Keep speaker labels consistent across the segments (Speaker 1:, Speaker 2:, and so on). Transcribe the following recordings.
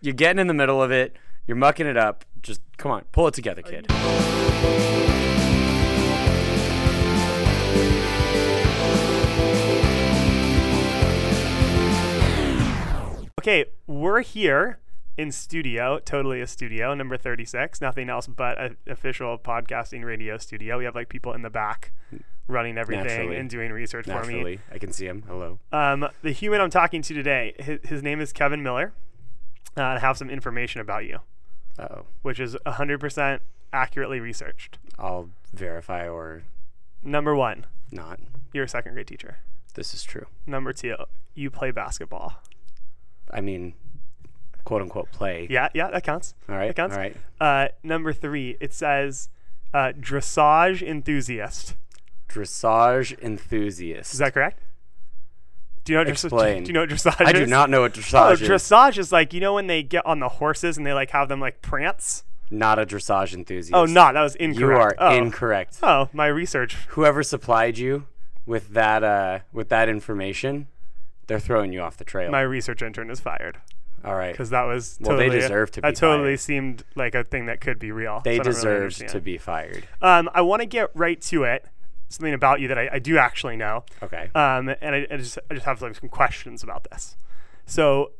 Speaker 1: You're getting in the middle of it. You're mucking it up. Just come on, pull it together, kid.
Speaker 2: Okay, we're here in studio, totally a studio, number 36, nothing else but an official podcasting radio studio. We have like people in the back running everything
Speaker 1: Naturally.
Speaker 2: and doing research for me.
Speaker 1: Naturally, I can see him. Hello.
Speaker 2: Um, the human I'm talking to today, his, his name is Kevin Miller. Uh, I have some information about you,
Speaker 1: Oh,
Speaker 2: which is 100% accurately researched.
Speaker 1: I'll verify or
Speaker 2: Number one,
Speaker 1: not.
Speaker 2: you're a second grade teacher.
Speaker 1: This is true.
Speaker 2: Number two, you play basketball.
Speaker 1: I mean, quote unquote play.
Speaker 2: Yeah, yeah, that counts.
Speaker 1: All right.
Speaker 2: That counts.
Speaker 1: All right.
Speaker 2: Uh, number three, it says uh, dressage enthusiast.
Speaker 1: Dressage enthusiast.
Speaker 2: Is that correct? Do you know what dressage?
Speaker 1: Explain.
Speaker 2: Do you know what dressage
Speaker 1: I do
Speaker 2: is?
Speaker 1: not know what
Speaker 2: Oh,
Speaker 1: dressage is.
Speaker 2: dressage is like you know when they get on the horses and they like have them like prance.
Speaker 1: Not a dressage enthusiast.
Speaker 2: Oh, not that was incorrect.
Speaker 1: You are
Speaker 2: oh.
Speaker 1: incorrect.
Speaker 2: Oh, my research.
Speaker 1: Whoever supplied you with that uh, with that information, they're throwing you off the trail.
Speaker 2: My research intern is fired
Speaker 1: All right.
Speaker 2: because that was
Speaker 1: Well,
Speaker 2: totally.
Speaker 1: they deserve to
Speaker 2: That
Speaker 1: be
Speaker 2: totally
Speaker 1: fired.
Speaker 2: seemed like a thing that could be real.
Speaker 1: They
Speaker 2: so I don't really
Speaker 1: deserve
Speaker 2: understand.
Speaker 1: to be fired.
Speaker 2: Um, I want to get right to it. Something about you that I, I do actually know.
Speaker 1: Okay.
Speaker 2: um, and I, I just I just have like some questions about this. So,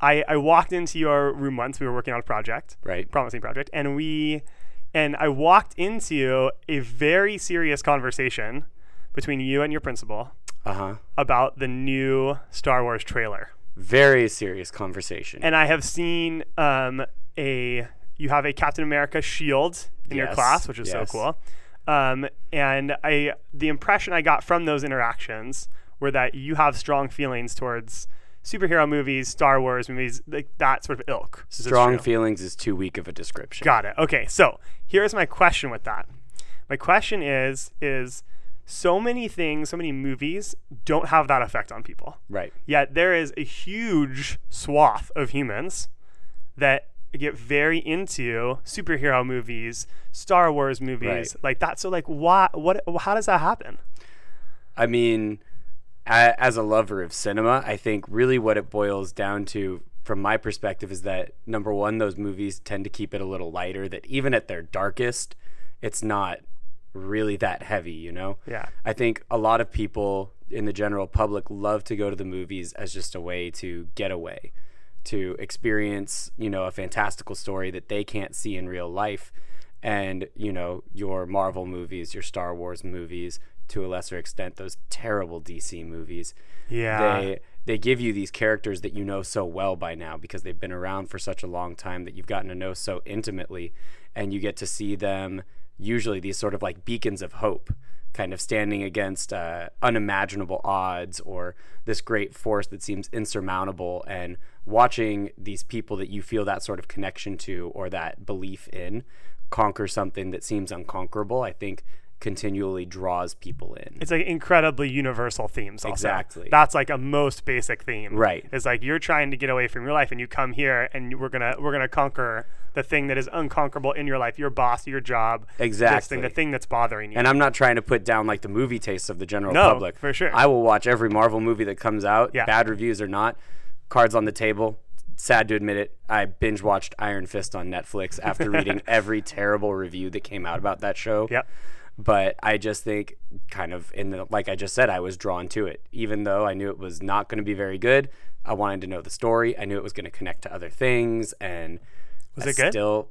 Speaker 2: I I walked into your room once. We were working on a project,
Speaker 1: right.
Speaker 2: promising project, and we and I walked into a very serious conversation between you and your principal
Speaker 1: Uh huh.
Speaker 2: about the new Star Wars trailer.
Speaker 1: Very serious conversation.
Speaker 2: And I have seen um, a you have a Captain America shield in your
Speaker 1: Yes,
Speaker 2: class, which is
Speaker 1: yes.
Speaker 2: so cool. Um, and I the impression I got from those interactions were that you have strong feelings towards superhero movies, Star Wars movies, like that sort of ilk. Is this
Speaker 1: Strong
Speaker 2: true?
Speaker 1: feelings is too weak of a description.
Speaker 2: Got it. Okay, so here's my question with that. My question is is so many things, so many movies don't have that effect on people
Speaker 1: Right.
Speaker 2: yet there is a huge swath of humans that get very into superhero movies, Star Wars movies, like that. So like why what how does that happen?
Speaker 1: I mean, a- as a lover of cinema, I think really what it boils down to, from my perspective, is that number one, those movies tend to keep it a little lighter, that even at their darkest, it's not really that heavy, you know?
Speaker 2: Yeah.
Speaker 1: I think a lot of people in the general public love to go to the movies as just a way to get away, to experience, you know, a fantastical story that they can't see in real life. And, you know, your Marvel movies, your Star Wars movies, to a lesser extent, those terrible DC movies
Speaker 2: Yeah.
Speaker 1: they they give you these characters that you know so well by now because they've been around for such a long time that you've gotten to know so intimately and you get to see them usually these sort of like beacons of hope kind of standing against uh, unimaginable odds or this great force that seems insurmountable and watching these people that you feel that sort of connection to or that belief in conquer something that seems unconquerable i think continually draws people in
Speaker 2: it's like incredibly universal themes. Also.
Speaker 1: Exactly.
Speaker 2: That's like a most basic theme.
Speaker 1: Right.
Speaker 2: It's like you're trying to get away from your life, and you come here, and we're gonna we're gonna conquer the thing that is unconquerable in your life, your boss, your job. This thing,
Speaker 1: Exactly.
Speaker 2: the thing that's bothering you.
Speaker 1: And I'm not trying to put down like the movie tastes of the general
Speaker 2: No,
Speaker 1: public.
Speaker 2: for sure.
Speaker 1: I will watch every Marvel movie that comes out,
Speaker 2: Yeah.
Speaker 1: bad reviews or not. Cards on the table. Sad to admit it, I binge watched Iron Fist on Netflix after reading every terrible review that came out about that show.
Speaker 2: Yep.
Speaker 1: But I just think, kind of, in the like I just said, I was drawn to it, even though I knew it was not going to be very good. I wanted to know the story. I knew it was going to connect to other things, and was
Speaker 2: it good?
Speaker 1: Still,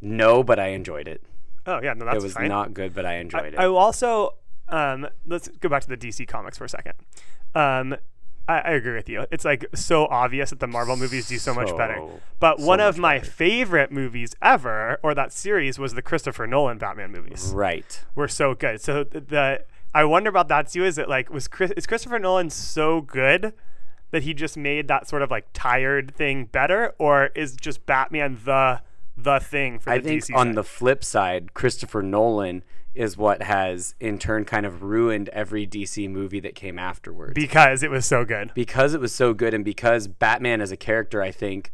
Speaker 1: no, but I enjoyed it.
Speaker 2: oh yeah, no, that's
Speaker 1: It was
Speaker 2: fine.
Speaker 1: not good, but I enjoyed it.
Speaker 2: I will also um, let's go back to the DC comics for a second. Um, I, I agree with you. It's like so obvious that the Marvel movies do so much better.
Speaker 1: So-
Speaker 2: But one of my favorite movies ever, or that series, was the Christopher Nolan Batman movies.
Speaker 1: Right.
Speaker 2: Were so good. So th- the I wonder about that too. Is it like was Chris, is Christopher Nolan so good? That he just made that sort of like tired thing better, or is just Batman the the thing for
Speaker 1: I
Speaker 2: the
Speaker 1: think
Speaker 2: DC?
Speaker 1: on
Speaker 2: side?
Speaker 1: the flip side, Christopher Nolan is what has in turn kind of ruined every DC movie that came afterwards.
Speaker 2: because it was so good.
Speaker 1: because it was so good and because Batman as a character, I think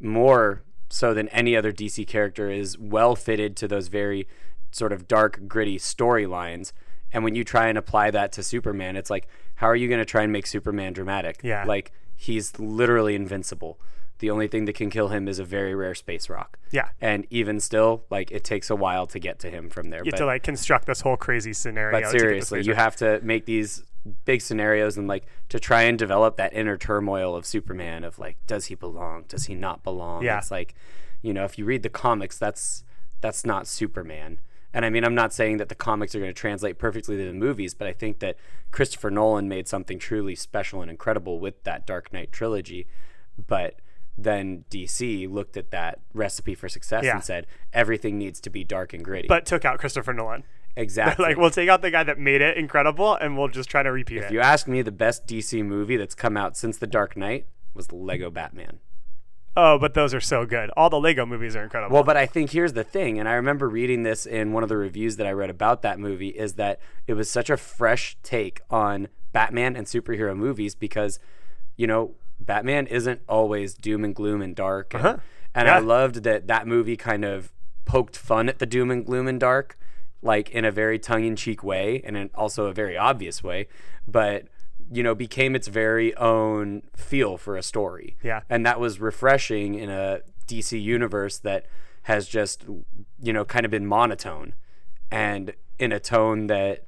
Speaker 1: more so than any other DC character is well fitted to those very sort of dark, gritty storylines. And when you try and apply that to Superman, it's like, how are you going to try and make Superman dramatic?
Speaker 2: Yeah.
Speaker 1: Like, he's literally invincible. The only thing that can kill him is a very rare space rock.
Speaker 2: Yeah.
Speaker 1: And even still, like it takes a while to get to him from there.
Speaker 2: You have
Speaker 1: but
Speaker 2: to like construct this whole crazy scenario.
Speaker 1: but
Speaker 2: to get this
Speaker 1: seriously, you
Speaker 2: visual.
Speaker 1: have to make these big scenarios and like to try and develop that inner turmoil of Superman of like, does he belong? Does he not belong?
Speaker 2: Yeah.
Speaker 1: It's like, you know, if you read the comics, that's that's not Superman. And I mean, I'm not saying that the comics are going to translate perfectly to the movies, but I think that Christopher Nolan made something truly special and incredible with that Dark Knight trilogy. But then DC looked at that recipe for success
Speaker 2: Yeah.
Speaker 1: and said everything needs to be dark and gritty.
Speaker 2: but took out Christopher Nolan.
Speaker 1: exactly.
Speaker 2: Like we'll take out the guy that made it incredible, and we'll just try to repeat
Speaker 1: If
Speaker 2: it.
Speaker 1: you ask me, the best DC movie that's come out since The Dark Knight was Lego Batman.
Speaker 2: oh, but those are so good. All the Lego movies are incredible.
Speaker 1: Well, but I think here's the thing, and I remember reading this in one of the reviews that I read about that movie is that it was such a fresh take on Batman and superhero movies because, you know, Batman isn't always doom and gloom and dark. And, and I
Speaker 2: Yeah.
Speaker 1: loved that that movie kind of poked fun at the doom and gloom and dark, like in a very tongue in cheek way and in also a very obvious way, but, you know, became its very own feel for a story
Speaker 2: Yeah.
Speaker 1: and that was refreshing in a DC universe that has just you know kind of been monotone and in a tone that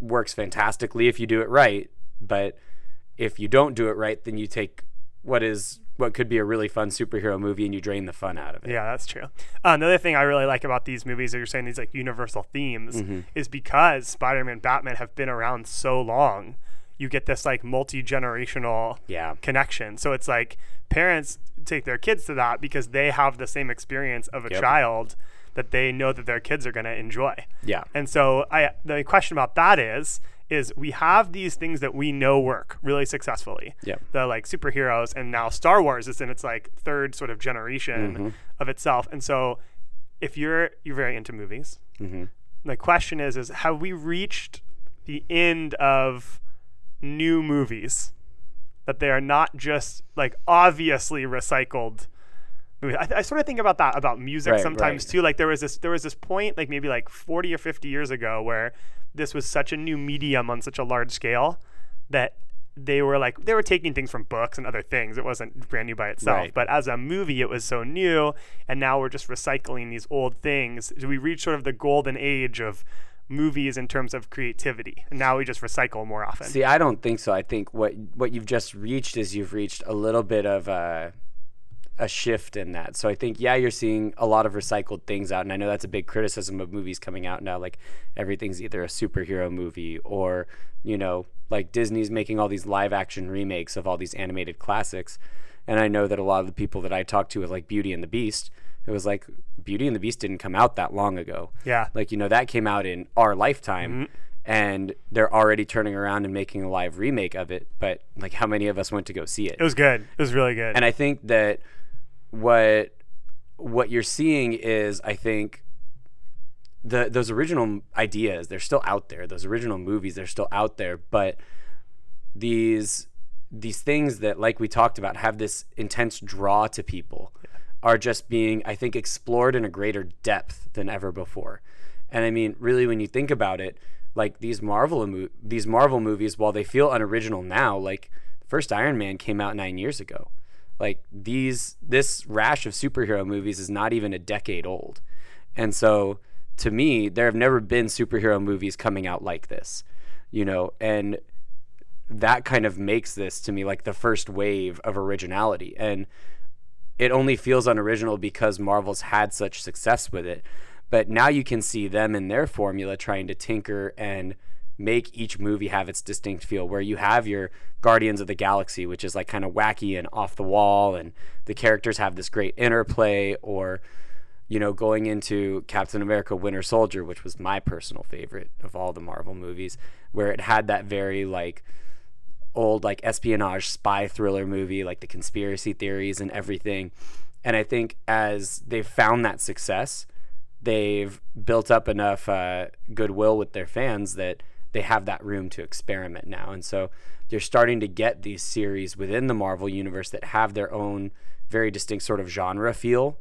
Speaker 1: works fantastically if you do it right but if you don't do it right then you take what is what could be a really fun superhero movie and you drain the fun out of it
Speaker 2: Yeah, that's true. Uh, another thing I really like about these movies that you're saying these like universal themes is because Spider-Man, Batman have been around so long, you get this like multi-generational
Speaker 1: yeah
Speaker 2: connection. So it's like parents take their kids to that because they have the same experience of a
Speaker 1: Yep.
Speaker 2: child that they know that their kids are going to enjoy.
Speaker 1: yeah
Speaker 2: And so I the question about that is is we have these things that we know work really successfully.
Speaker 1: Yep.
Speaker 2: The like superheroes and now Star Wars is in its like third sort of generation
Speaker 1: Mm-hmm.
Speaker 2: of itself. And so if you're you're very into movies,
Speaker 1: Mm-hmm.
Speaker 2: the question is is have we reached the end of new movies that they are not just like obviously recycled movies. I, I sort of think about that about music
Speaker 1: Right,
Speaker 2: sometimes
Speaker 1: right.
Speaker 2: too. Like there was this there was this point like maybe like 40 or 50 years ago where this was such a new medium on such a large scale that they were like they were taking things from books and other things. It wasn't brand new by itself,
Speaker 1: Right.
Speaker 2: but as a movie, it was so new, and now we're just recycling these old things. We reach sort of the golden age of movies in terms of creativity, and now we just recycle more often.
Speaker 1: See, I don't think so. I think what what you've just reached is you've reached a little bit of a a shift in that. So I think yeah, you're seeing a lot of recycled things out, and I know that's a big criticism of movies coming out now. Like everything's either a superhero movie or you know, like Disney's making all these live action remakes of all these animated classics. And I know that a lot of the people that I talked to with like Beauty and the Beast, it was like Beauty and the Beast didn't come out that long ago.
Speaker 2: yeah,
Speaker 1: Like, you know, that came out in our lifetime and they're already turning around and making a live remake of it. But like, how many of us went to go see it?
Speaker 2: it was good. It was really good.
Speaker 1: And I think that what what you're seeing is I think the those original ideas they're still out there. Those original movies they're still out there, but these these things that like we talked about have this intense draw to people are just being I think explored in a greater depth than ever before. And I mean, really when you think about it, like these Marvel mo- these Marvel movies while they feel unoriginal now, like the first Iron Man came out 9 years ago like these this rash of superhero movies is not even a decade old and so to me there have never been superhero movies coming out like this you know and that kind of makes this to me like the first wave of originality and it only feels unoriginal because marvel's had such success with it but now you can see them in their formula trying to tinker and make each movie have its distinct feel where you have your guardians of the galaxy which is like kind of wacky and off the wall and the characters have this great interplay or you know, going into Captain America Winter Soldier, which was my personal favorite of all the Marvel movies, where it had that very like old like espionage spy thriller movie, like the conspiracy theories and everything. And I think as they've found that success, they've built up enough uh, goodwill with their fans that they have that room to experiment now. And so you're starting to get these series within the Marvel universe that have their own very distinct sort of genre feel.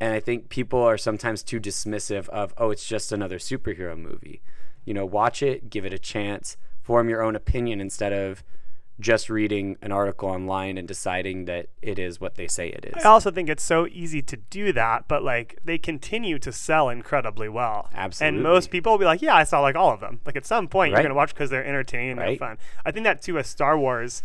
Speaker 1: And I think people are sometimes too dismissive of, oh, it's just another superhero movie. You know, watch it, give it a chance, form your own opinion instead of just reading an article online and deciding that it is what they say it is.
Speaker 2: I also think it's so easy to do that, but like they continue to sell incredibly well.
Speaker 1: Absolutely.
Speaker 2: And most people will be like, yeah, I saw like all of them. Like at some point,
Speaker 1: Right.
Speaker 2: you're going to watch because they're entertaining and
Speaker 1: Right.
Speaker 2: they're fun. I think that too, as Star Wars,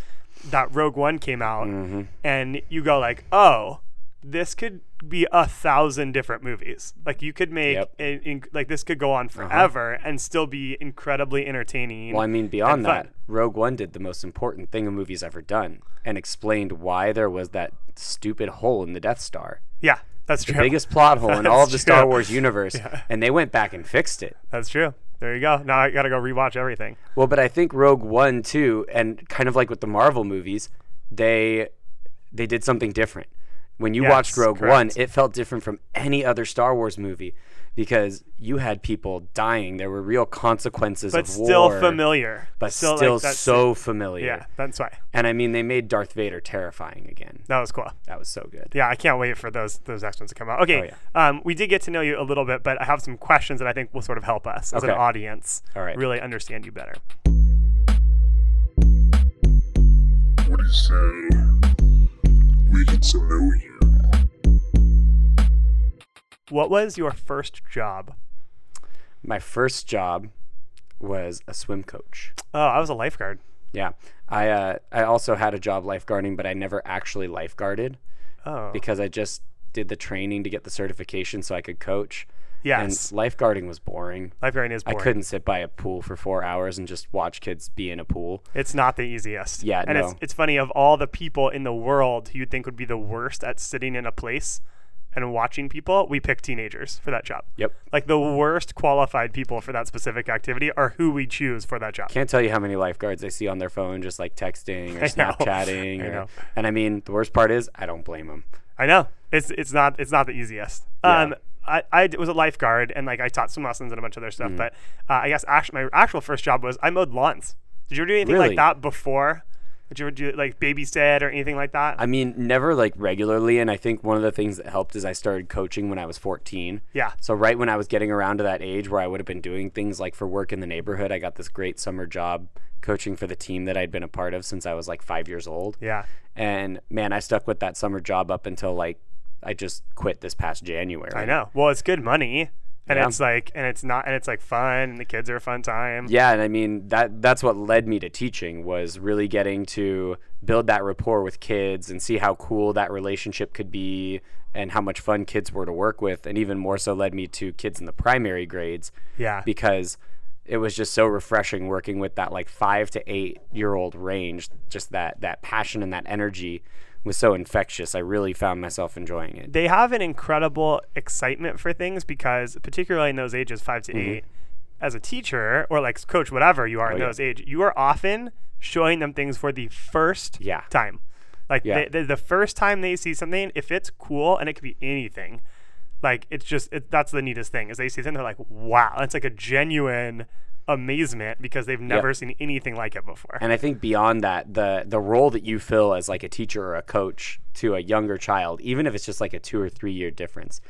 Speaker 2: that Rogue One came out,
Speaker 1: Mm-hmm.
Speaker 2: and you go like, oh, this could be a thousand different movies. Like you could make,
Speaker 1: Yep. Uh-huh.
Speaker 2: an in, like this could go on forever and still be incredibly entertaining.
Speaker 1: Well, I mean, beyond
Speaker 2: and fun.
Speaker 1: that, Rogue One did the most important thing a movie's ever done and explained why there was that stupid hole in the Death Star.
Speaker 2: yeah, that's true.
Speaker 1: Biggest plot hole in all of the
Speaker 2: That's
Speaker 1: Star
Speaker 2: true.
Speaker 1: Wars universe. And they went back and fixed it.
Speaker 2: That's true. There you go. Now I got to go rewatch everything.
Speaker 1: Well, but I think Rogue One too, and kind of like with the Marvel movies, they they did something different. When you
Speaker 2: Yes,
Speaker 1: watched Rogue One,
Speaker 2: correct.
Speaker 1: it felt different from any other Star Wars movie because you had people dying. There were real consequences
Speaker 2: but
Speaker 1: of
Speaker 2: still
Speaker 1: war,
Speaker 2: familiar.
Speaker 1: but
Speaker 2: still,
Speaker 1: still,
Speaker 2: like, that's-
Speaker 1: so familiar.
Speaker 2: yeah. That's why
Speaker 1: And I mean, they made Darth Vader terrifying again.
Speaker 2: that was cool.
Speaker 1: That was so good.
Speaker 2: Yeah, I can't wait for those those next ones to come out.
Speaker 1: Oh,
Speaker 2: Okay, um, we did get to know you a little bit, but I have some questions that I think will sort of help us as
Speaker 1: Okay.
Speaker 2: an audience
Speaker 1: All right.
Speaker 2: really understand you better.
Speaker 3: What do you say? We get to know you.
Speaker 2: What was your first job?
Speaker 1: My first job was a swim coach.
Speaker 2: Oh, I was a lifeguard.
Speaker 1: Yeah, I uh, I also had a job lifeguarding, but I never actually lifeguarded.
Speaker 2: Oh,
Speaker 1: because I just did the training to get the certification so I could coach.
Speaker 2: yes,
Speaker 1: And lifeguarding was boring.
Speaker 2: lifeguarding is
Speaker 1: I
Speaker 2: boring.
Speaker 1: couldn't sit by a pool for four hours and just watch kids be in a pool.
Speaker 2: It's not the easiest.
Speaker 1: Yeah,
Speaker 2: and it's
Speaker 1: no.
Speaker 2: it's funny of all the people in the world who you'd think would be the worst at sitting in a place and watching people, we pick teenagers for that job.
Speaker 1: Yep.
Speaker 2: Like the worst qualified people for that specific activity are who we choose for that job.
Speaker 1: Can't tell you how many lifeguards I see on their phone just like texting or
Speaker 2: I know.
Speaker 1: Snapchatting.
Speaker 2: I
Speaker 1: or-
Speaker 2: know.
Speaker 1: and I mean, the worst part is I don't blame them.
Speaker 2: I know it's it's not it's not the easiest. Um, I, I d- was a lifeguard and like I taught swim lessons and a bunch of other stuff.
Speaker 1: Mm.
Speaker 2: But uh, I guess act- my actual first job was I mowed lawns. Did you ever do anything
Speaker 1: Really?
Speaker 2: like that before? Did you ever do like babysit or anything like that?
Speaker 1: I mean, never like regularly. And I think one of the things that helped is I started coaching when I was 14.
Speaker 2: yeah.
Speaker 1: So right when I was getting around to that age where I would have been doing things like for work in the neighborhood, I got this great summer job coaching for the team that I'd been a part of since I was like 5 years old.
Speaker 2: Yeah.
Speaker 1: And man, I stuck with that summer job up until like I just quit this past January.
Speaker 2: I know. Well, it's good money, and
Speaker 1: Yeah.
Speaker 2: it's like, and it's not, and it's like fun, and the kids are a fun time.
Speaker 1: Yeah, and I mean that that's what led me to teaching was really getting to build that rapport with kids and see how cool that relationship could be and how much fun kids were to work with and even more so led me to kids in the primary grades
Speaker 2: Yeah.
Speaker 1: because it was just so refreshing working with that like 5 to 8 year old range just that that passion and that energy was so infectious. I really found myself enjoying it.
Speaker 2: they have an incredible excitement for things because, particularly in those ages five to eight, as a teacher or like coach, whatever you are in
Speaker 1: Mm-hmm. Oh, yeah.
Speaker 2: those age, you are often showing them things for the first
Speaker 1: Yeah.
Speaker 2: time. Like
Speaker 1: Yeah.
Speaker 2: they, they, the first time they see something, if it's cool and it could be anything, like it's just it, that's the neatest thing is they see something they're like, wow, it's like a genuine amazement because they've never seen anything like it before.
Speaker 1: And I think beyond that, the the role that you fill as like a teacher or a coach to a younger child, even if it's just like a two or three year difference,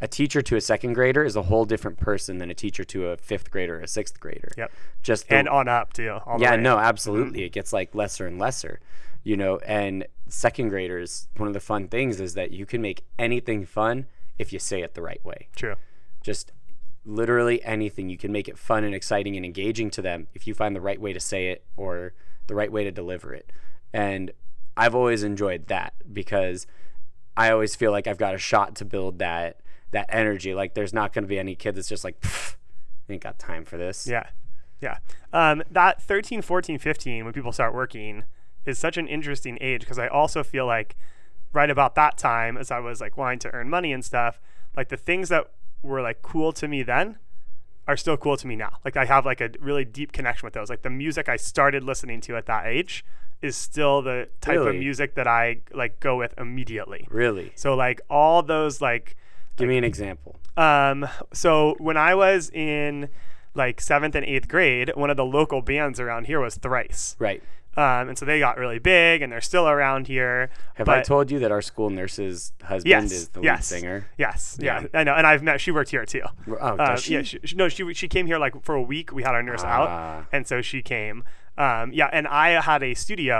Speaker 1: a teacher to a second grader is a whole different person than a teacher to a fifth grader or a sixth grader.
Speaker 2: Yep.
Speaker 1: Just the,
Speaker 2: and on up too. All the
Speaker 1: yeah,
Speaker 2: way.
Speaker 1: no, absolutely. It gets like lesser and lesser, you know. And second graders, one of the fun things is that you can make anything fun if you say it the right way
Speaker 2: true.
Speaker 1: just literally anything you can make it fun and exciting and engaging to them if you find the right way to say it or the right way to deliver it and i've always enjoyed that because i always feel like i've got a shot to build that that energy like there's not going to be any kid that's just like "Pff, ain't got time for this
Speaker 2: Yeah. Yeah. Um, that 13, 14, 15, when people start working, is such an interesting age because I also feel like right about that time, as I was like wanting to earn money and stuff, like the things that were like cool to me then are still cool to me now. Like I have like a really deep connection with those. Like the music I started listening to at that age is still the type
Speaker 1: Really?
Speaker 2: of music that I like go with immediately.
Speaker 1: really
Speaker 2: So like all those like
Speaker 1: give me an example
Speaker 2: um, so when I was in like seventh and eighth grade, one of the local bands around here was Thrice.
Speaker 1: right
Speaker 2: Um, and so they got really big and they're still around here.
Speaker 1: have i
Speaker 2: but-
Speaker 1: told you that our school nurse's husband
Speaker 2: Yes,
Speaker 1: is the lead
Speaker 2: yes,
Speaker 1: singer
Speaker 2: Yes, yeah.
Speaker 1: Yeah.
Speaker 2: I know. And I've met, she worked here too.
Speaker 1: oh does
Speaker 2: Um,
Speaker 1: she?
Speaker 2: Yeah, she, she- no, she, she came here like for a week. We had our nurse
Speaker 1: Ah.
Speaker 2: out. And so she came. Um, yeah, and I had a studio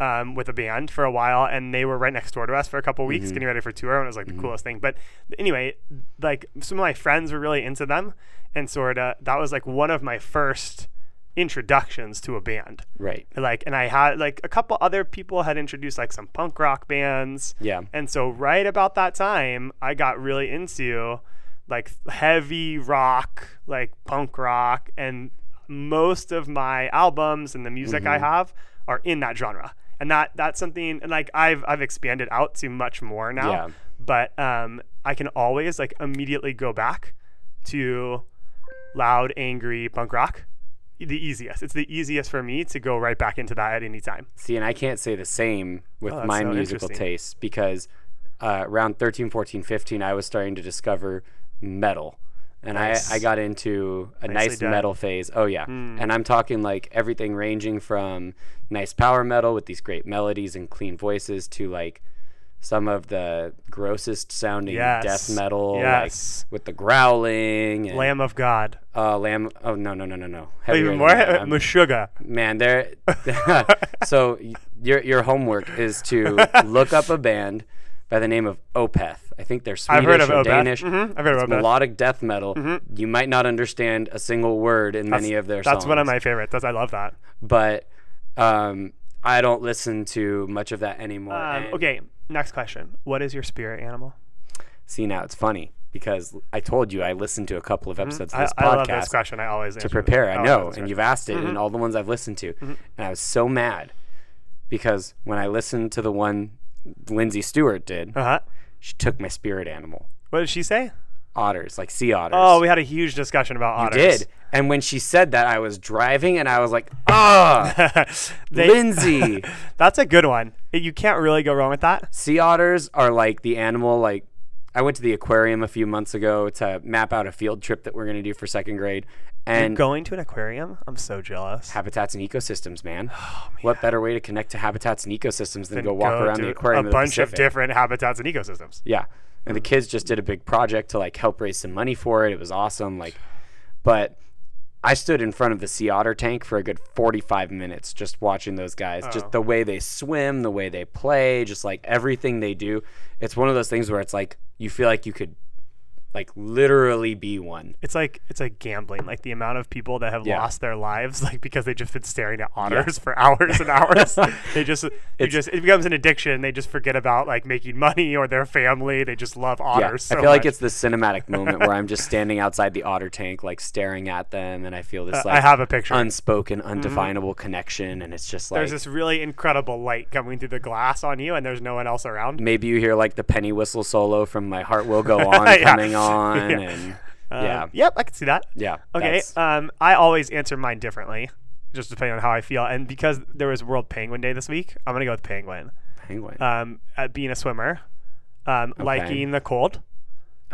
Speaker 2: um, with a band for a while, and they were right next door to us for a couple
Speaker 1: Mm-hmm.
Speaker 2: weeks, getting ready for tour, and it was like the coolest thing. But anyway, like some of my friends were really into them, and sort of that was like one of my first introductions to a band.
Speaker 1: Right.
Speaker 2: Like, and I had like a couple other people had introduced like some punk rock bands.
Speaker 1: Yeah.
Speaker 2: And so right about that time, I got really into like heavy rock, like punk rock, and most of my albums and the music I have are in that genre. And that that's something and like I've I've expanded out to much more now.
Speaker 1: Yeah.
Speaker 2: But um I can always like immediately go back to loud, angry punk rock. The easiest. It's the easiest for me to go right back into that at any time.
Speaker 1: See, and I can't say the same with
Speaker 2: Oh, that's
Speaker 1: my
Speaker 2: so
Speaker 1: musical
Speaker 2: interesting.
Speaker 1: tastes because uh, around 13, 14, 15, I was starting to discover metal. And
Speaker 2: Nice.
Speaker 1: I, I got into a
Speaker 2: Nicely
Speaker 1: nice
Speaker 2: done. Hmm.
Speaker 1: metal phase. Oh, yeah. And I'm talking like everything ranging from nice power metal with these great melodies and clean voices to like some of the grossest sounding
Speaker 2: Yes.
Speaker 1: death metal
Speaker 2: Yes.
Speaker 1: like, with the growling and
Speaker 2: Lamb of God.
Speaker 1: uh, lamb. Oh, no, no, no, no, no. Heavier
Speaker 2: Even
Speaker 1: than
Speaker 2: more
Speaker 1: that. I'm-
Speaker 2: Meshuggah.
Speaker 1: Man, there. so y- your your homework is to look up a band by the name of Opeth. I think they're Swedish
Speaker 2: I've heard of
Speaker 1: or
Speaker 2: Opeth.
Speaker 1: Danish.
Speaker 2: Mhm, I've heard
Speaker 1: It's
Speaker 2: of Opeth. Mm-hmm.
Speaker 1: melodic death metal. You might not understand a single word in many of their songs.
Speaker 2: That's one of my favorites. That's I love that.
Speaker 1: But um, I don't listen to much of that anymore.
Speaker 2: Um,
Speaker 1: and-
Speaker 2: okay, next question. What is your spirit animal?
Speaker 1: See now, it's funny because I told you I listened to a couple of episodes
Speaker 2: Mm-hmm. I,
Speaker 1: of this
Speaker 2: I love
Speaker 1: podcast.
Speaker 2: this question. I always Oh,
Speaker 1: to prepare. I know, and
Speaker 2: you
Speaker 1: you've asked it
Speaker 2: Mm-hmm.
Speaker 1: in all the ones I've listened to, and I was so mad because when I listened to the one Lindsay Stewart did,
Speaker 2: Uh huh.
Speaker 1: she took my spirit animal,
Speaker 2: What did she say?
Speaker 1: otters, like sea otters.
Speaker 2: Oh, we had a huge discussion about
Speaker 1: I
Speaker 2: otters.
Speaker 1: did. And when she said that, I was driving, and I was like, ah,
Speaker 2: They-
Speaker 1: Lindsay.
Speaker 2: That's a good one. You can't really go wrong with that.
Speaker 1: sea otters are like the animal like I went to the aquarium a few months ago to map out a field trip that we're going to do for second grade. And
Speaker 2: Going to an aquarium? I'm so jealous.
Speaker 1: habitats and ecosystems, man. What better way to connect to habitats and ecosystems than to go walk
Speaker 2: Oh, Go
Speaker 1: around
Speaker 2: to
Speaker 1: the aquarium?
Speaker 2: A
Speaker 1: of the
Speaker 2: bunch of Oh.
Speaker 1: Pacific?
Speaker 2: different habitats and ecosystems.
Speaker 1: Yeah, and the kids just did a big project to like help raise some money for it. It was awesome. Like, but I stood in front of the sea otter tank for a good forty-five minutes just watching those guys.
Speaker 2: Oh.
Speaker 1: Just the way they swim, the way they play, just like everything they do. It's one of those things where it's like you feel like you could, like, literally be one.
Speaker 2: It's like it's like gambling. Like the amount of people that have
Speaker 1: Yeah.
Speaker 2: lost their lives, like because they just been staring at otters for hours and hours. they just you just it becomes an addiction. They just forget about like making money or their family. They just love
Speaker 1: Yeah,
Speaker 2: otters.
Speaker 1: I
Speaker 2: so
Speaker 1: feel like
Speaker 2: much.
Speaker 1: it's the cinematic moment where I'm just standing outside the otter tank, like staring at them, and I feel this like
Speaker 2: Uh, I have a picture. Mm-hmm.
Speaker 1: unspoken, undefinable connection, and it's just like
Speaker 2: there's this really incredible light coming through the glass on you, and there's no one else around.
Speaker 1: maybe you hear like the penny whistle solo from "My Heart Will Go On"
Speaker 2: Yeah.
Speaker 1: coming on,
Speaker 2: Yeah.
Speaker 1: and
Speaker 2: Um,
Speaker 1: yeah,
Speaker 2: Yep, I can see that.
Speaker 1: yeah.
Speaker 2: Okay.
Speaker 1: that's-
Speaker 2: Um, I always answer mine differently, just depending on how I feel. And because there was World Penguin Day this week, I'm gonna go with penguin.
Speaker 1: penguin.
Speaker 2: Um, uh, being a swimmer, um, liking the cold,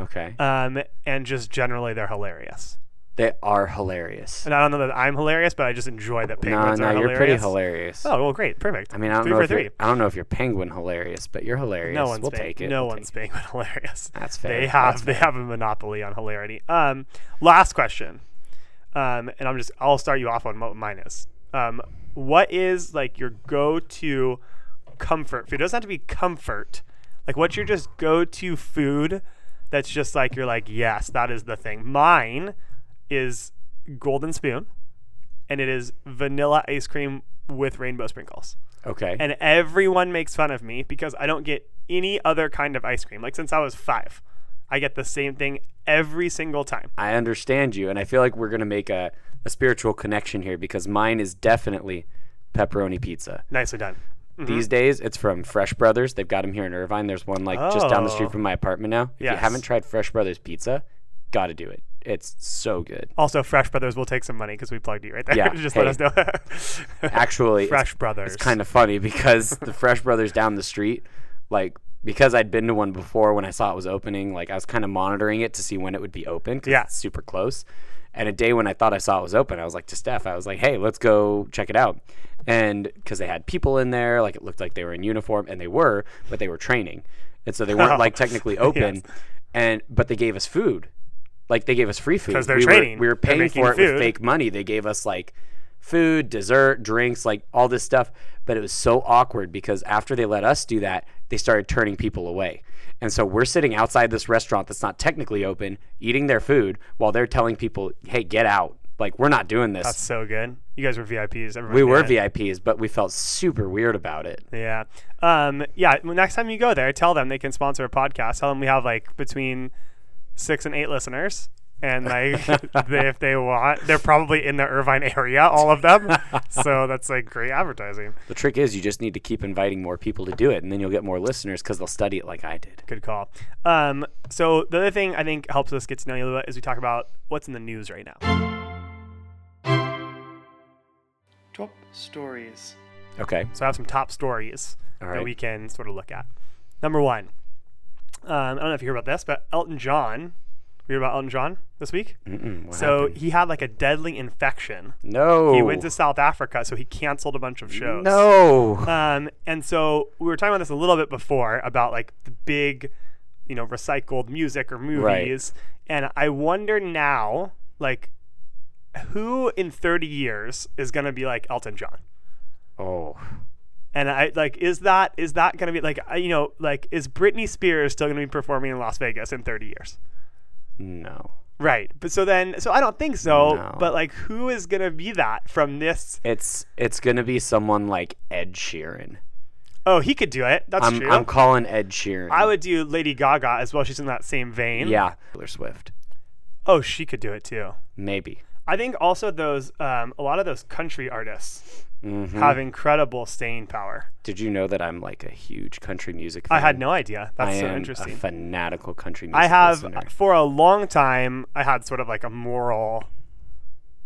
Speaker 1: okay,
Speaker 2: um, and just generally they're hilarious.
Speaker 1: they are hilarious.
Speaker 2: And I don't know that I'm hilarious, but I just enjoy that
Speaker 1: No,
Speaker 2: penguins
Speaker 1: no,
Speaker 2: are
Speaker 1: you're
Speaker 2: hilarious.
Speaker 1: pretty hilarious.
Speaker 2: Oh well, great, perfect.
Speaker 1: I mean, I don't
Speaker 2: three
Speaker 1: know
Speaker 2: for
Speaker 1: if you're,
Speaker 2: three.
Speaker 1: I don't know if you're penguin hilarious, but you're hilarious.
Speaker 2: No one's
Speaker 1: we'll
Speaker 2: peng-
Speaker 1: take it.
Speaker 2: No
Speaker 1: we'll take
Speaker 2: one's penguin hilarious.
Speaker 1: That's fair.
Speaker 2: They
Speaker 1: That's
Speaker 2: have they have a monopoly on hilarity. Um, last question. Um, and I'm just I'll start you off on what mine is. Um, what is like your go-to comfort food? It doesn't have to be comfort. Like what's your just go-to food that's just like you're like yes that is the thing. Mine is golden spoon, and it is vanilla ice cream with rainbow sprinkles
Speaker 1: it. Okay.
Speaker 2: and everyone makes fun of me because I don't get any other kind of ice cream. Like since I was five, I get the same thing every single time.
Speaker 1: I understand you, and I feel like we're gonna make a, a spiritual connection here because mine is definitely pepperoni pizza.
Speaker 2: Nicely done.
Speaker 1: These days, it's from Fresh Brothers. They've got them here in Irvine. There's one like just down the
Speaker 2: Oh.
Speaker 1: street from my apartment now. If you
Speaker 2: Yes.
Speaker 1: haven't tried Fresh Brothers pizza, got to do it. It's so good.
Speaker 2: Also, Fresh Brothers will take some money because we plugged you right there.
Speaker 1: Yeah,
Speaker 2: Just
Speaker 1: hey.
Speaker 2: let us know.
Speaker 1: Actually,
Speaker 2: Fresh Brothers.
Speaker 1: it's kind of funny because the Fresh Brothers down the street, like because I'd been to one before when I saw it was opening, like I was kind of monitoring it to see when it would be open because
Speaker 2: Yeah.
Speaker 1: it's super close. And a day when I thought I saw it was open, I was like to Steph, I was like, "Hey, let's go check it out." And because they had people in there, like it looked like they were in uniform, and they were, but they were training, and so they
Speaker 2: Oh.
Speaker 1: weren't like technically open. And but they gave us food, like they gave us free food
Speaker 2: 'Cause they're
Speaker 1: we
Speaker 2: training.
Speaker 1: Were, we were
Speaker 2: They're
Speaker 1: paying
Speaker 2: making
Speaker 1: for it with
Speaker 2: food.
Speaker 1: fake money. They gave us like food, dessert, drinks, like all this stuff. But it was so awkward because after they let us do that, they started turning people away. And so we're sitting outside this restaurant that's not technically open, eating their food while they're telling people, hey, get out. Like, we're not doing this.
Speaker 2: That's so good. You guys were VIPs. Everyone
Speaker 1: we
Speaker 2: knew
Speaker 1: were
Speaker 2: it.
Speaker 1: VIPs, but we felt super weird about it.
Speaker 2: Yeah. Um, yeah. well, Next time you go there, tell them they can sponsor a podcast. Tell them we have like between six and eight listeners. And like, they, if they want, they're probably in the Irvine area, all of them. so that's like great advertising.
Speaker 1: The trick is you just need to keep inviting more people to do it, and then you'll get more listeners because they'll study it like I did.
Speaker 2: Good call. Um, so the other thing I think helps us get to know you a little bit is we talk about what's in the news right now. Top stories.
Speaker 1: Okay.
Speaker 2: So I have some top stories
Speaker 1: All
Speaker 2: that
Speaker 1: right.
Speaker 2: we can sort of look at. Number one, um, I don't know if you hear about this, but Elton John. We heard about Elton John this week.
Speaker 1: Mm-mm, what
Speaker 2: so
Speaker 1: happened?
Speaker 2: he had like a deadly infection.
Speaker 1: no.
Speaker 2: He went to South Africa, so he canceled a bunch of shows.
Speaker 1: No.
Speaker 2: Um, and so we were talking about this a little bit before about like the big, you know, recycled music or movies. And I wonder now, like, who in 30 years is going to be like Elton John?
Speaker 1: oh.
Speaker 2: And I like, is that is that gonna be like, I- you know, like, is Britney Spears still gonna be performing in Las Vegas in 30 years?
Speaker 1: No.
Speaker 2: Right. But so then, so I don't think so.
Speaker 1: No.
Speaker 2: But like, who is gonna be that from this?
Speaker 1: It's it's gonna be someone like Ed Sheeran.
Speaker 2: Oh, he could do it. That's
Speaker 1: I'm
Speaker 2: true.
Speaker 1: I'm calling Ed Sheeran.
Speaker 2: I would do Lady Gaga as well. She's in that same vein.
Speaker 1: Yeah. Taylor Swift.
Speaker 2: Oh, she could do it too.
Speaker 1: Maybe.
Speaker 2: I think also those um, a lot of those country artists
Speaker 1: Mhm.
Speaker 2: have incredible staying power.
Speaker 1: Did you know that I'm like a huge country music?
Speaker 2: I had
Speaker 1: fan?
Speaker 2: no idea. That's
Speaker 1: I
Speaker 2: so
Speaker 1: am
Speaker 2: interesting.
Speaker 1: A fanatical country music
Speaker 2: I have uh,
Speaker 1: listener.
Speaker 2: for a long time I had sort of like a moral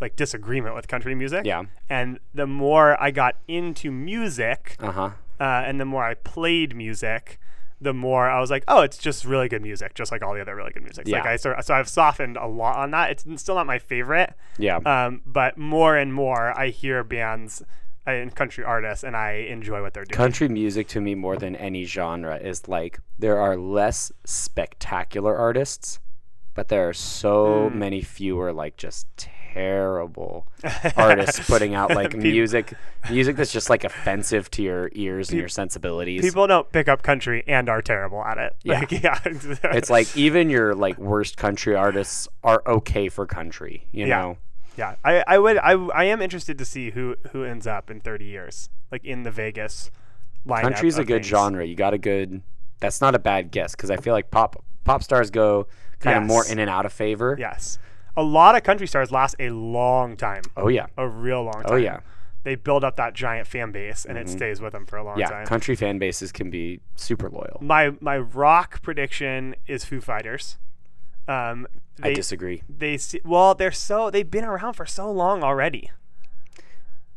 Speaker 2: like disagreement with country music.
Speaker 1: Yeah.
Speaker 2: And the more I got into music
Speaker 1: Uh huh.
Speaker 2: uh, and the more I played music, the more I was like, oh, it's just really good music, just like all the other really good music. Like
Speaker 1: Yeah.
Speaker 2: I sort so I've softened a lot on that. It's still not my favorite,
Speaker 1: Yeah.
Speaker 2: um, but more and more I hear bands uh, and country artists and I enjoy what they're doing.
Speaker 1: country music to me more than any genre is like there are less spectacular artists but there are so
Speaker 2: Hmm.
Speaker 1: many fewer like just terrible artists putting out like music music that's just like offensive to your ears and your sensibilities
Speaker 2: People don't pick up country and are terrible at it.
Speaker 1: Yeah.
Speaker 2: Like, yeah.
Speaker 1: it's like even your like worst country artists are okay for country you
Speaker 2: Yeah.
Speaker 1: know
Speaker 2: Yeah, I, I would I, I am interested to see who who ends up in 30 years, like in the Vegas lineup.
Speaker 1: country's a
Speaker 2: of
Speaker 1: good
Speaker 2: things.
Speaker 1: genre you got a good that's not a bad guess because i feel like pop pop stars go kind of more
Speaker 2: Yes.
Speaker 1: in and out of favor
Speaker 2: Yes, a lot of country stars last a long time,
Speaker 1: oh yeah
Speaker 2: a real long time.
Speaker 1: oh yeah Mm-hmm.
Speaker 2: they build up that giant fan base and it stays with them for a long
Speaker 1: Yeah,
Speaker 2: time. Mm,
Speaker 1: country fan bases can be super loyal.
Speaker 2: my my rock prediction is Foo Fighters. Um, they,
Speaker 1: I disagree.
Speaker 2: They se- well, they're so they've been around for so long already.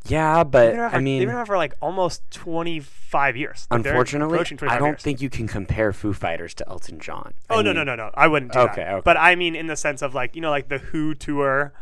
Speaker 1: Yeah, but
Speaker 2: They've been
Speaker 1: I
Speaker 2: around for- they've
Speaker 1: mean,
Speaker 2: been around for like almost 25 years. Like, they're
Speaker 1: unfortunately,
Speaker 2: approaching 25
Speaker 1: I don't
Speaker 2: years.
Speaker 1: think you can compare Foo Fighters to Elton John. I
Speaker 2: Oh no
Speaker 1: mean,
Speaker 2: no no no! I wouldn't do that.
Speaker 1: Okay, okay.
Speaker 2: But I mean, in the sense of like you know, like the Who tour.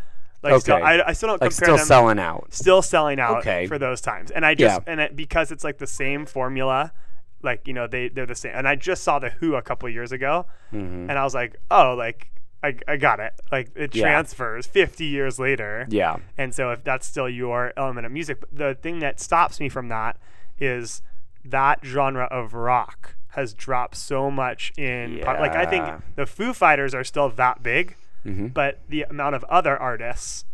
Speaker 2: Like still,
Speaker 1: Okay.
Speaker 2: I, I still don't
Speaker 1: Like
Speaker 2: compare
Speaker 1: still
Speaker 2: them.
Speaker 1: selling out.
Speaker 2: still selling out
Speaker 1: Okay.
Speaker 2: for those times, and I just
Speaker 1: Yeah.
Speaker 2: and it, because it's like the same formula, like you know they they're the same. And I just saw the Who a couple years ago, and I was like, oh, like I, I got it. Like it
Speaker 1: Mm-hmm. Yeah.
Speaker 2: transfers 50 years later.
Speaker 1: Yeah,
Speaker 2: And so if that's still your element of music, but the thing that stops me from that is that genre of rock has dropped so much in pop- like I
Speaker 1: Yeah.
Speaker 2: think the Foo Fighters are still that big,
Speaker 1: Mhm.
Speaker 2: but the amount of other artists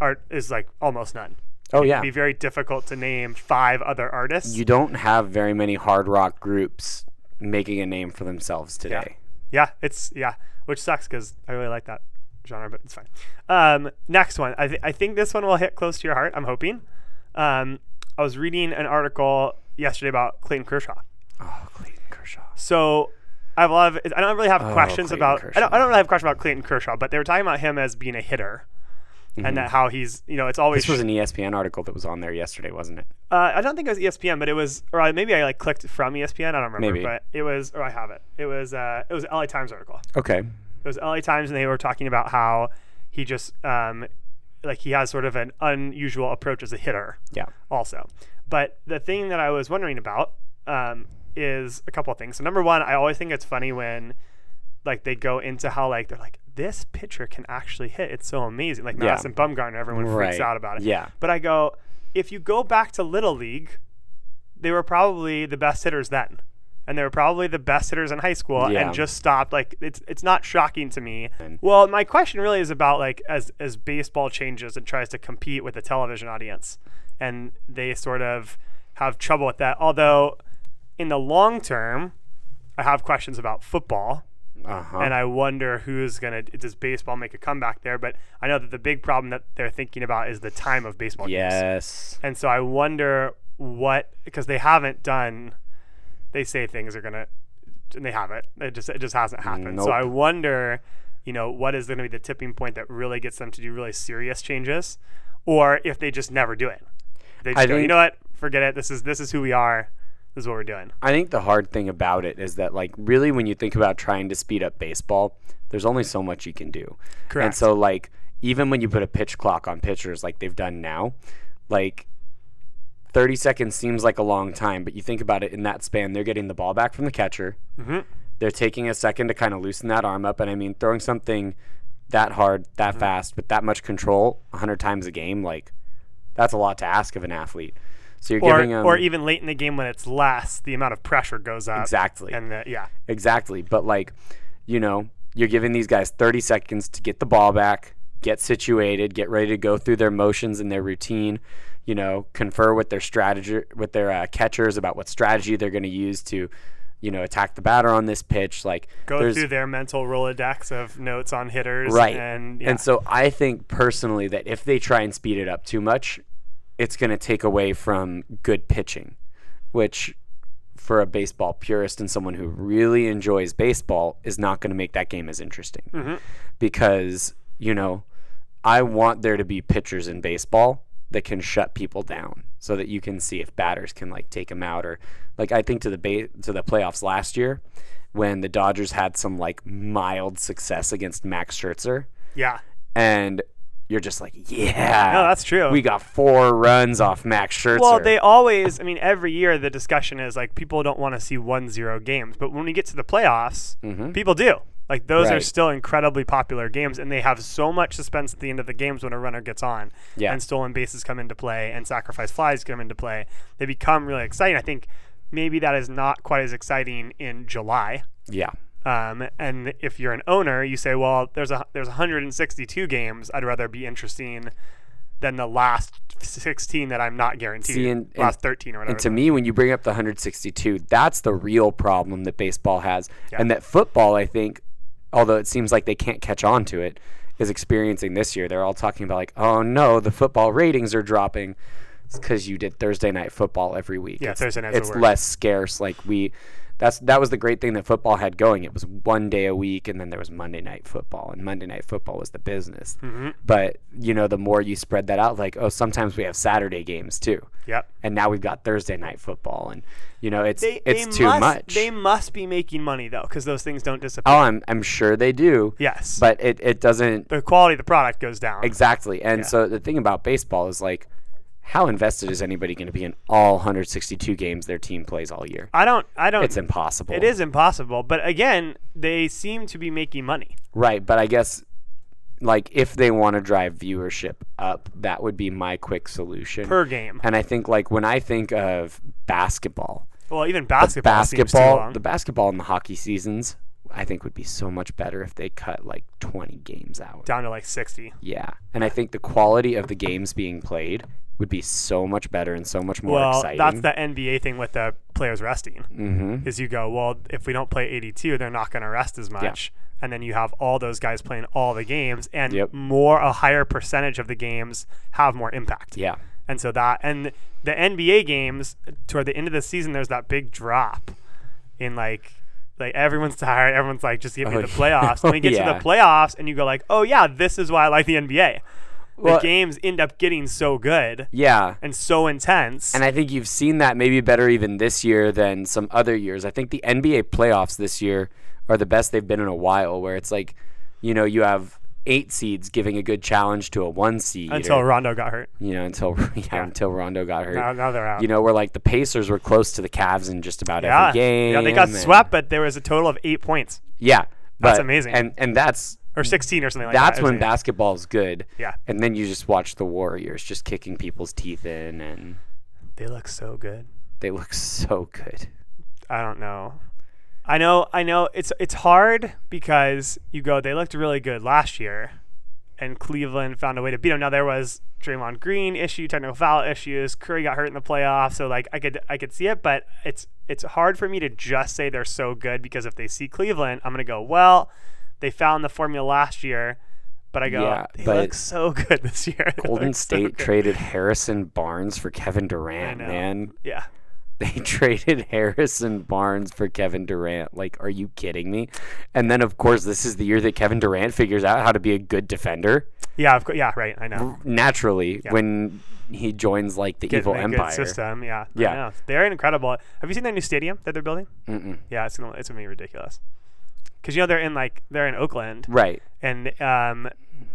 Speaker 2: are is like almost none.
Speaker 1: Oh yeah.
Speaker 2: It'd be very difficult to name five other artists.
Speaker 1: You don't have very many hard rock groups making a name for themselves today.
Speaker 2: yeah, it's yeah, which sucks because I really like that genre, but it's fine. Um, next one, I, th- I think this one will hit close to your heart. I'm hoping. Um, I was reading an article yesterday about Clayton Kershaw.
Speaker 1: Oh, Clayton Kershaw.
Speaker 2: So I have a lot of. I don't really have questions
Speaker 1: Oh, Clayton
Speaker 2: about. I don't, I
Speaker 1: Kershaw.
Speaker 2: don't really have a question about Clayton Kershaw, but they were talking about him as being a hitter. And that how he's, you know, it's always.
Speaker 1: Mm-hmm. This was an E ESPN article that was on there yesterday, wasn't it?
Speaker 2: Uh, I don't think it was ESPN, but it was, or I- maybe I like clicked from E ESPN. I don't remember,
Speaker 1: Maybe.
Speaker 2: but it was, or I have it. It was, uh, it was an LA Times article.
Speaker 1: Okay.
Speaker 2: it was LA Times, and they were talking about how he just um, like he has sort of an unusual approach as a hitter,
Speaker 1: Yeah.
Speaker 2: also. But the thing that I was wondering about um, is a couple of things. So number one, I always think it's funny when like they go into how like they're like this pitcher can actually hit. It's so amazing. Like
Speaker 1: Yeah.
Speaker 2: Madison Bumgarner, everyone freaks
Speaker 1: Right.
Speaker 2: out about it.
Speaker 1: Yeah.
Speaker 2: But I go, if you go back to little league, they were probably the best hitters then. And they were probably the best hitters in high school
Speaker 1: Yeah.
Speaker 2: and just stopped. Like it's it's not shocking to me.
Speaker 1: And-
Speaker 2: Well, my question really is about like as as baseball changes and tries to compete with the television audience, and they sort of have trouble with that. Although in the long term, I have questions about football
Speaker 1: Uh huh.
Speaker 2: and I wonder who's gonna does baseball make a comeback there? But I know that the big problem that they're thinking about is the time of baseball games,
Speaker 1: yes.
Speaker 2: and so I wonder what because they haven't done. They say things are gonna, and they haven't. It just it just hasn't happened. So
Speaker 1: Nope.
Speaker 2: I wonder, you know, what is gonna be the tipping point that really gets them to do really serious changes, or if they just never do it. They just
Speaker 1: I
Speaker 2: go, you
Speaker 1: think-
Speaker 2: know what? Forget it. This is this is who we are. This is what we're doing.
Speaker 1: I think the hard thing about it is that, like, really, when you think about trying to speed up baseball, there's only so much you can do.
Speaker 2: Correct.
Speaker 1: And so, like, even when you put a pitch clock on pitchers, like they've done now, like, 30 seconds seems like a long time, but you think about it in that span, they're getting the ball back from the catcher.
Speaker 2: Mm-hmm.
Speaker 1: They're taking a second to kind of loosen that arm up. And I mean, throwing something that hard, that
Speaker 2: Mm-hmm.
Speaker 1: fast, with that much control 100 times a game, like, that's a lot to ask of an athlete. So you're
Speaker 2: Or,
Speaker 1: giving them.
Speaker 2: or even late in the game when it's less, the amount of pressure goes up.
Speaker 1: Exactly.
Speaker 2: And the, yeah.
Speaker 1: Exactly. But like, you know, you're giving these guys 30 seconds to get the ball back, get situated, get ready to go through their motions and their routine, you know, confer with their strategy with their uh, catchers about what strategy they're going to use to, you know, attack the batter on this pitch. Like
Speaker 2: go
Speaker 1: there's-
Speaker 2: through their mental rolodex of notes on hitters,
Speaker 1: right.
Speaker 2: And yeah,
Speaker 1: so I think personally that if they try and speed it up too much, it's going to take away from good pitching, which for a baseball purist and someone who really enjoys baseball is not going to make that game as interesting. Because, you know, I want there to be pitchers in baseball that can shut people down so that you can see if batters can like take them out or like I think to the ba- to the playoffs last year when the Dodgers had some like mild success against Max Scherzer
Speaker 2: yeah,
Speaker 1: and you're just like, yeah,
Speaker 2: no, that's true.
Speaker 1: we got four runs off Max Scherzer.
Speaker 2: well, they always. I mean, every year the discussion is like people don't want to see one zero games, but when we get to the playoffs, people do. Like those are
Speaker 1: Mm-hmm. Right.
Speaker 2: still incredibly popular games, and they have so much suspense at the end of the games when a runner gets on,
Speaker 1: Yeah.
Speaker 2: and stolen bases come into play, and sacrifice flies come into play. They become really exciting. I think maybe that is not quite as exciting in July.
Speaker 1: yeah,
Speaker 2: Um, and if you're an owner, you say, well, there's a there's 162 games. I'd rather be interesting than the last 16 that I'm not guaranteed.
Speaker 1: See, and- and-
Speaker 2: last 13 or whatever.
Speaker 1: and to me, when you bring up the 162, that's the real problem that baseball has, and that football, I think, although it seems like they can't catch on to it, is experiencing this year. They're all talking about like, oh no, the football ratings are dropping. It's because you did Thursday night football every week.
Speaker 2: Yeah,
Speaker 1: it's,
Speaker 2: Thursday nights are
Speaker 1: It's
Speaker 2: worse.
Speaker 1: less scarce. Like we, that's that was the great thing that football had going. It was one day a week, and then there was Monday night football, and Monday night football was the business.
Speaker 2: Mm-hmm.
Speaker 1: But you know, the more you spread that out, like oh, sometimes we have Saturday games too
Speaker 2: yep.
Speaker 1: and now we've got Thursday night football, and you know it's
Speaker 2: They,
Speaker 1: it's
Speaker 2: they
Speaker 1: too
Speaker 2: must,
Speaker 1: much.
Speaker 2: They must be making money though, because those things don't disappear.
Speaker 1: oh, I'm I'm sure they do.
Speaker 2: yes,
Speaker 1: Oh, but it it doesn't
Speaker 2: the quality of the product goes down.
Speaker 1: exactly. And so the thing about baseball is like, how invested is anybody going to be in all 162 games their team plays all year?
Speaker 2: I don't. I don't.
Speaker 1: It's impossible.
Speaker 2: it is impossible. But again, they seem to be making money.
Speaker 1: right, but I guess like if they want to drive viewership up, that would be my quick solution
Speaker 2: Per game.
Speaker 1: And I think like when I think of basketball,
Speaker 2: Well, even basketball. seems too
Speaker 1: basketball
Speaker 2: long.
Speaker 1: the basketball and the hockey seasons I think would be so much better if they cut like 20 games out.
Speaker 2: down to like 60.
Speaker 1: Yeah. And I think the quality of the games being played would be so much better and so much more
Speaker 2: well,
Speaker 1: exciting.
Speaker 2: that's the NBA thing with the players resting. Mm-hmm. Is you go, well, if we don't play 82, they're not going to rest as much. And then you have all those guys playing all the games, and
Speaker 1: Yep.
Speaker 2: more a higher percentage of the games have more impact.
Speaker 1: yeah.
Speaker 2: And so that and the NBA games toward the end of the season, there's that big drop in like like everyone's tired, everyone's like, just give me
Speaker 1: Oh,
Speaker 2: the
Speaker 1: yeah.
Speaker 2: playoffs. And we get to
Speaker 1: Yeah.
Speaker 2: the playoffs, and you go like, oh yeah, this is why I like the NBA.
Speaker 1: Well-
Speaker 2: the games end up getting so good
Speaker 1: Yeah.
Speaker 2: and so intense.
Speaker 1: And I think you've seen that maybe better even this year than some other years. I think the NBA playoffs this year are the best they've been in a while where it's like, you know, you have 8 seeds giving a good challenge to a 1 seed or-
Speaker 2: until Rondo got hurt.
Speaker 1: you know, until yeah, until Rondo got hurt.
Speaker 2: Now, now they're out.
Speaker 1: you know, where like the Pacers were close to the Cavs in just about
Speaker 2: yeah.
Speaker 1: every game.
Speaker 2: yeah, they got
Speaker 1: and-
Speaker 2: swept, but there was a total of eight points.
Speaker 1: Yeah,
Speaker 2: That's
Speaker 1: But-
Speaker 2: amazing.
Speaker 1: And and that's
Speaker 2: or 16 or something like
Speaker 1: that's
Speaker 2: that.
Speaker 1: when
Speaker 2: isn't it?
Speaker 1: basketball's good.
Speaker 2: Yeah.
Speaker 1: And then you just watch the Warriors just kicking people's teeth in and
Speaker 2: They look so good.
Speaker 1: they look so good.
Speaker 2: I don't know. I know I know it's it's hard because you go they looked really good last year and Cleveland found a way to beat them. Now there was Draymond Green issue, technical foul issues, Curry got hurt in the playoffs, so like I could I could see it, but it's it's hard for me to just say they're so good because if they see Cleveland, I'm going to go, well, they found the formula last year, but I go
Speaker 1: Yeah,
Speaker 2: they
Speaker 1: but
Speaker 2: look so good this year. They
Speaker 1: Golden
Speaker 2: look so
Speaker 1: State
Speaker 2: good.
Speaker 1: traded Harrison Barnes for Kevin Durant,
Speaker 2: know.
Speaker 1: man.
Speaker 2: Yeah.
Speaker 1: They traded Harrison Barnes for Kevin Durant. Like, are you kidding me? And then of course this is the year that Kevin Durant figures out how to be a good defender.
Speaker 2: Yeah, of course. Yeah, right. I know.
Speaker 1: Naturally, when he joins like the evil
Speaker 2: getting a
Speaker 1: empire.
Speaker 2: Good system, yeah, I
Speaker 1: Yeah.
Speaker 2: know. they're incredible. Have you seen their new stadium that they're building? Mm-mm. Yeah, it's gonna it's gonna be ridiculous. Because you know they're in like they're in Oakland,
Speaker 1: Right.
Speaker 2: and um,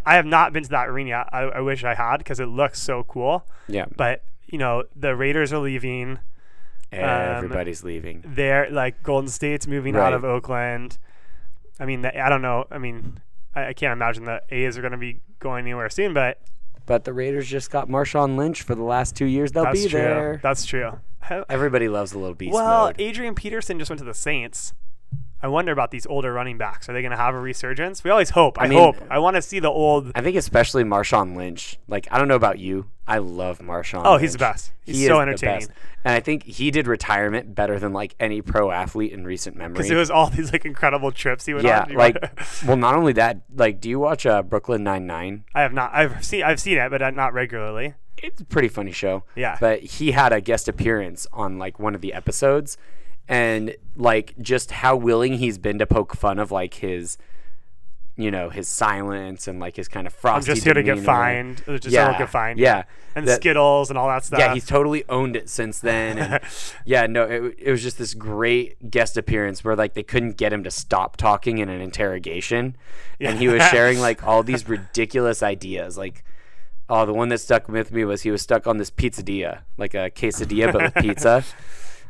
Speaker 2: I have not been to that arena. I, I wish I had because it looks so cool.
Speaker 1: Yeah.
Speaker 2: But you know the Raiders are leaving. Um,
Speaker 1: Everybody's leaving.
Speaker 2: They're like Golden State's moving out
Speaker 1: Right.
Speaker 2: of Oakland. I mean, the, I don't know. I mean, I, I can't imagine the A's are gonna be going anywhere soon. But
Speaker 1: But the Raiders just got Marshawn Lynch for the last two years. They'll
Speaker 2: that's
Speaker 1: be
Speaker 2: true.
Speaker 1: there.
Speaker 2: That's true. How-
Speaker 1: Everybody loves a little beast
Speaker 2: Well,
Speaker 1: mode.
Speaker 2: Adrian Peterson just went to the Saints. I wonder about these older running backs. Are they going to have a resurgence? We always hope. I,
Speaker 1: mean-
Speaker 2: hope. I want to see the old.
Speaker 1: I think especially Marshawn Lynch. Like I don't know about you, I love Marshawn.
Speaker 2: Oh, he's the
Speaker 1: Lynch.
Speaker 2: best. He's
Speaker 1: He
Speaker 2: so
Speaker 1: is the
Speaker 2: entertaining.
Speaker 1: best. And I think he did retirement better than like any pro athlete in recent
Speaker 2: Because it
Speaker 1: memory.
Speaker 2: was all these like incredible trips he went
Speaker 1: Yeah,
Speaker 2: on. Do you
Speaker 1: like
Speaker 2: remember?
Speaker 1: well, not only that, like do you watch uh, Brooklyn Nine Nine?
Speaker 2: I have not. I've seen. I've seen it, but uh, not regularly.
Speaker 1: It's a pretty funny show.
Speaker 2: Yeah.
Speaker 1: But he had a guest appearance on like one of the episodes, and like just how willing he's been to poke fun of like his. You know his silence and like his kind of
Speaker 2: I'm
Speaker 1: frosty.
Speaker 2: just here to get
Speaker 1: demeanor.
Speaker 2: fined. Or Just so I
Speaker 1: Yeah,
Speaker 2: don't get fined.
Speaker 1: yeah.
Speaker 2: And
Speaker 1: That-
Speaker 2: Skittles and all that stuff.
Speaker 1: Yeah, he's totally owned it since then. And yeah, no, it, it was just this great guest appearance where like they couldn't get him to stop talking in an interrogation, and he was sharing like all these ridiculous ideas. Like, oh, the one that stuck with me was he was stuck on this pizzeria, like a quesadilla but with pizza.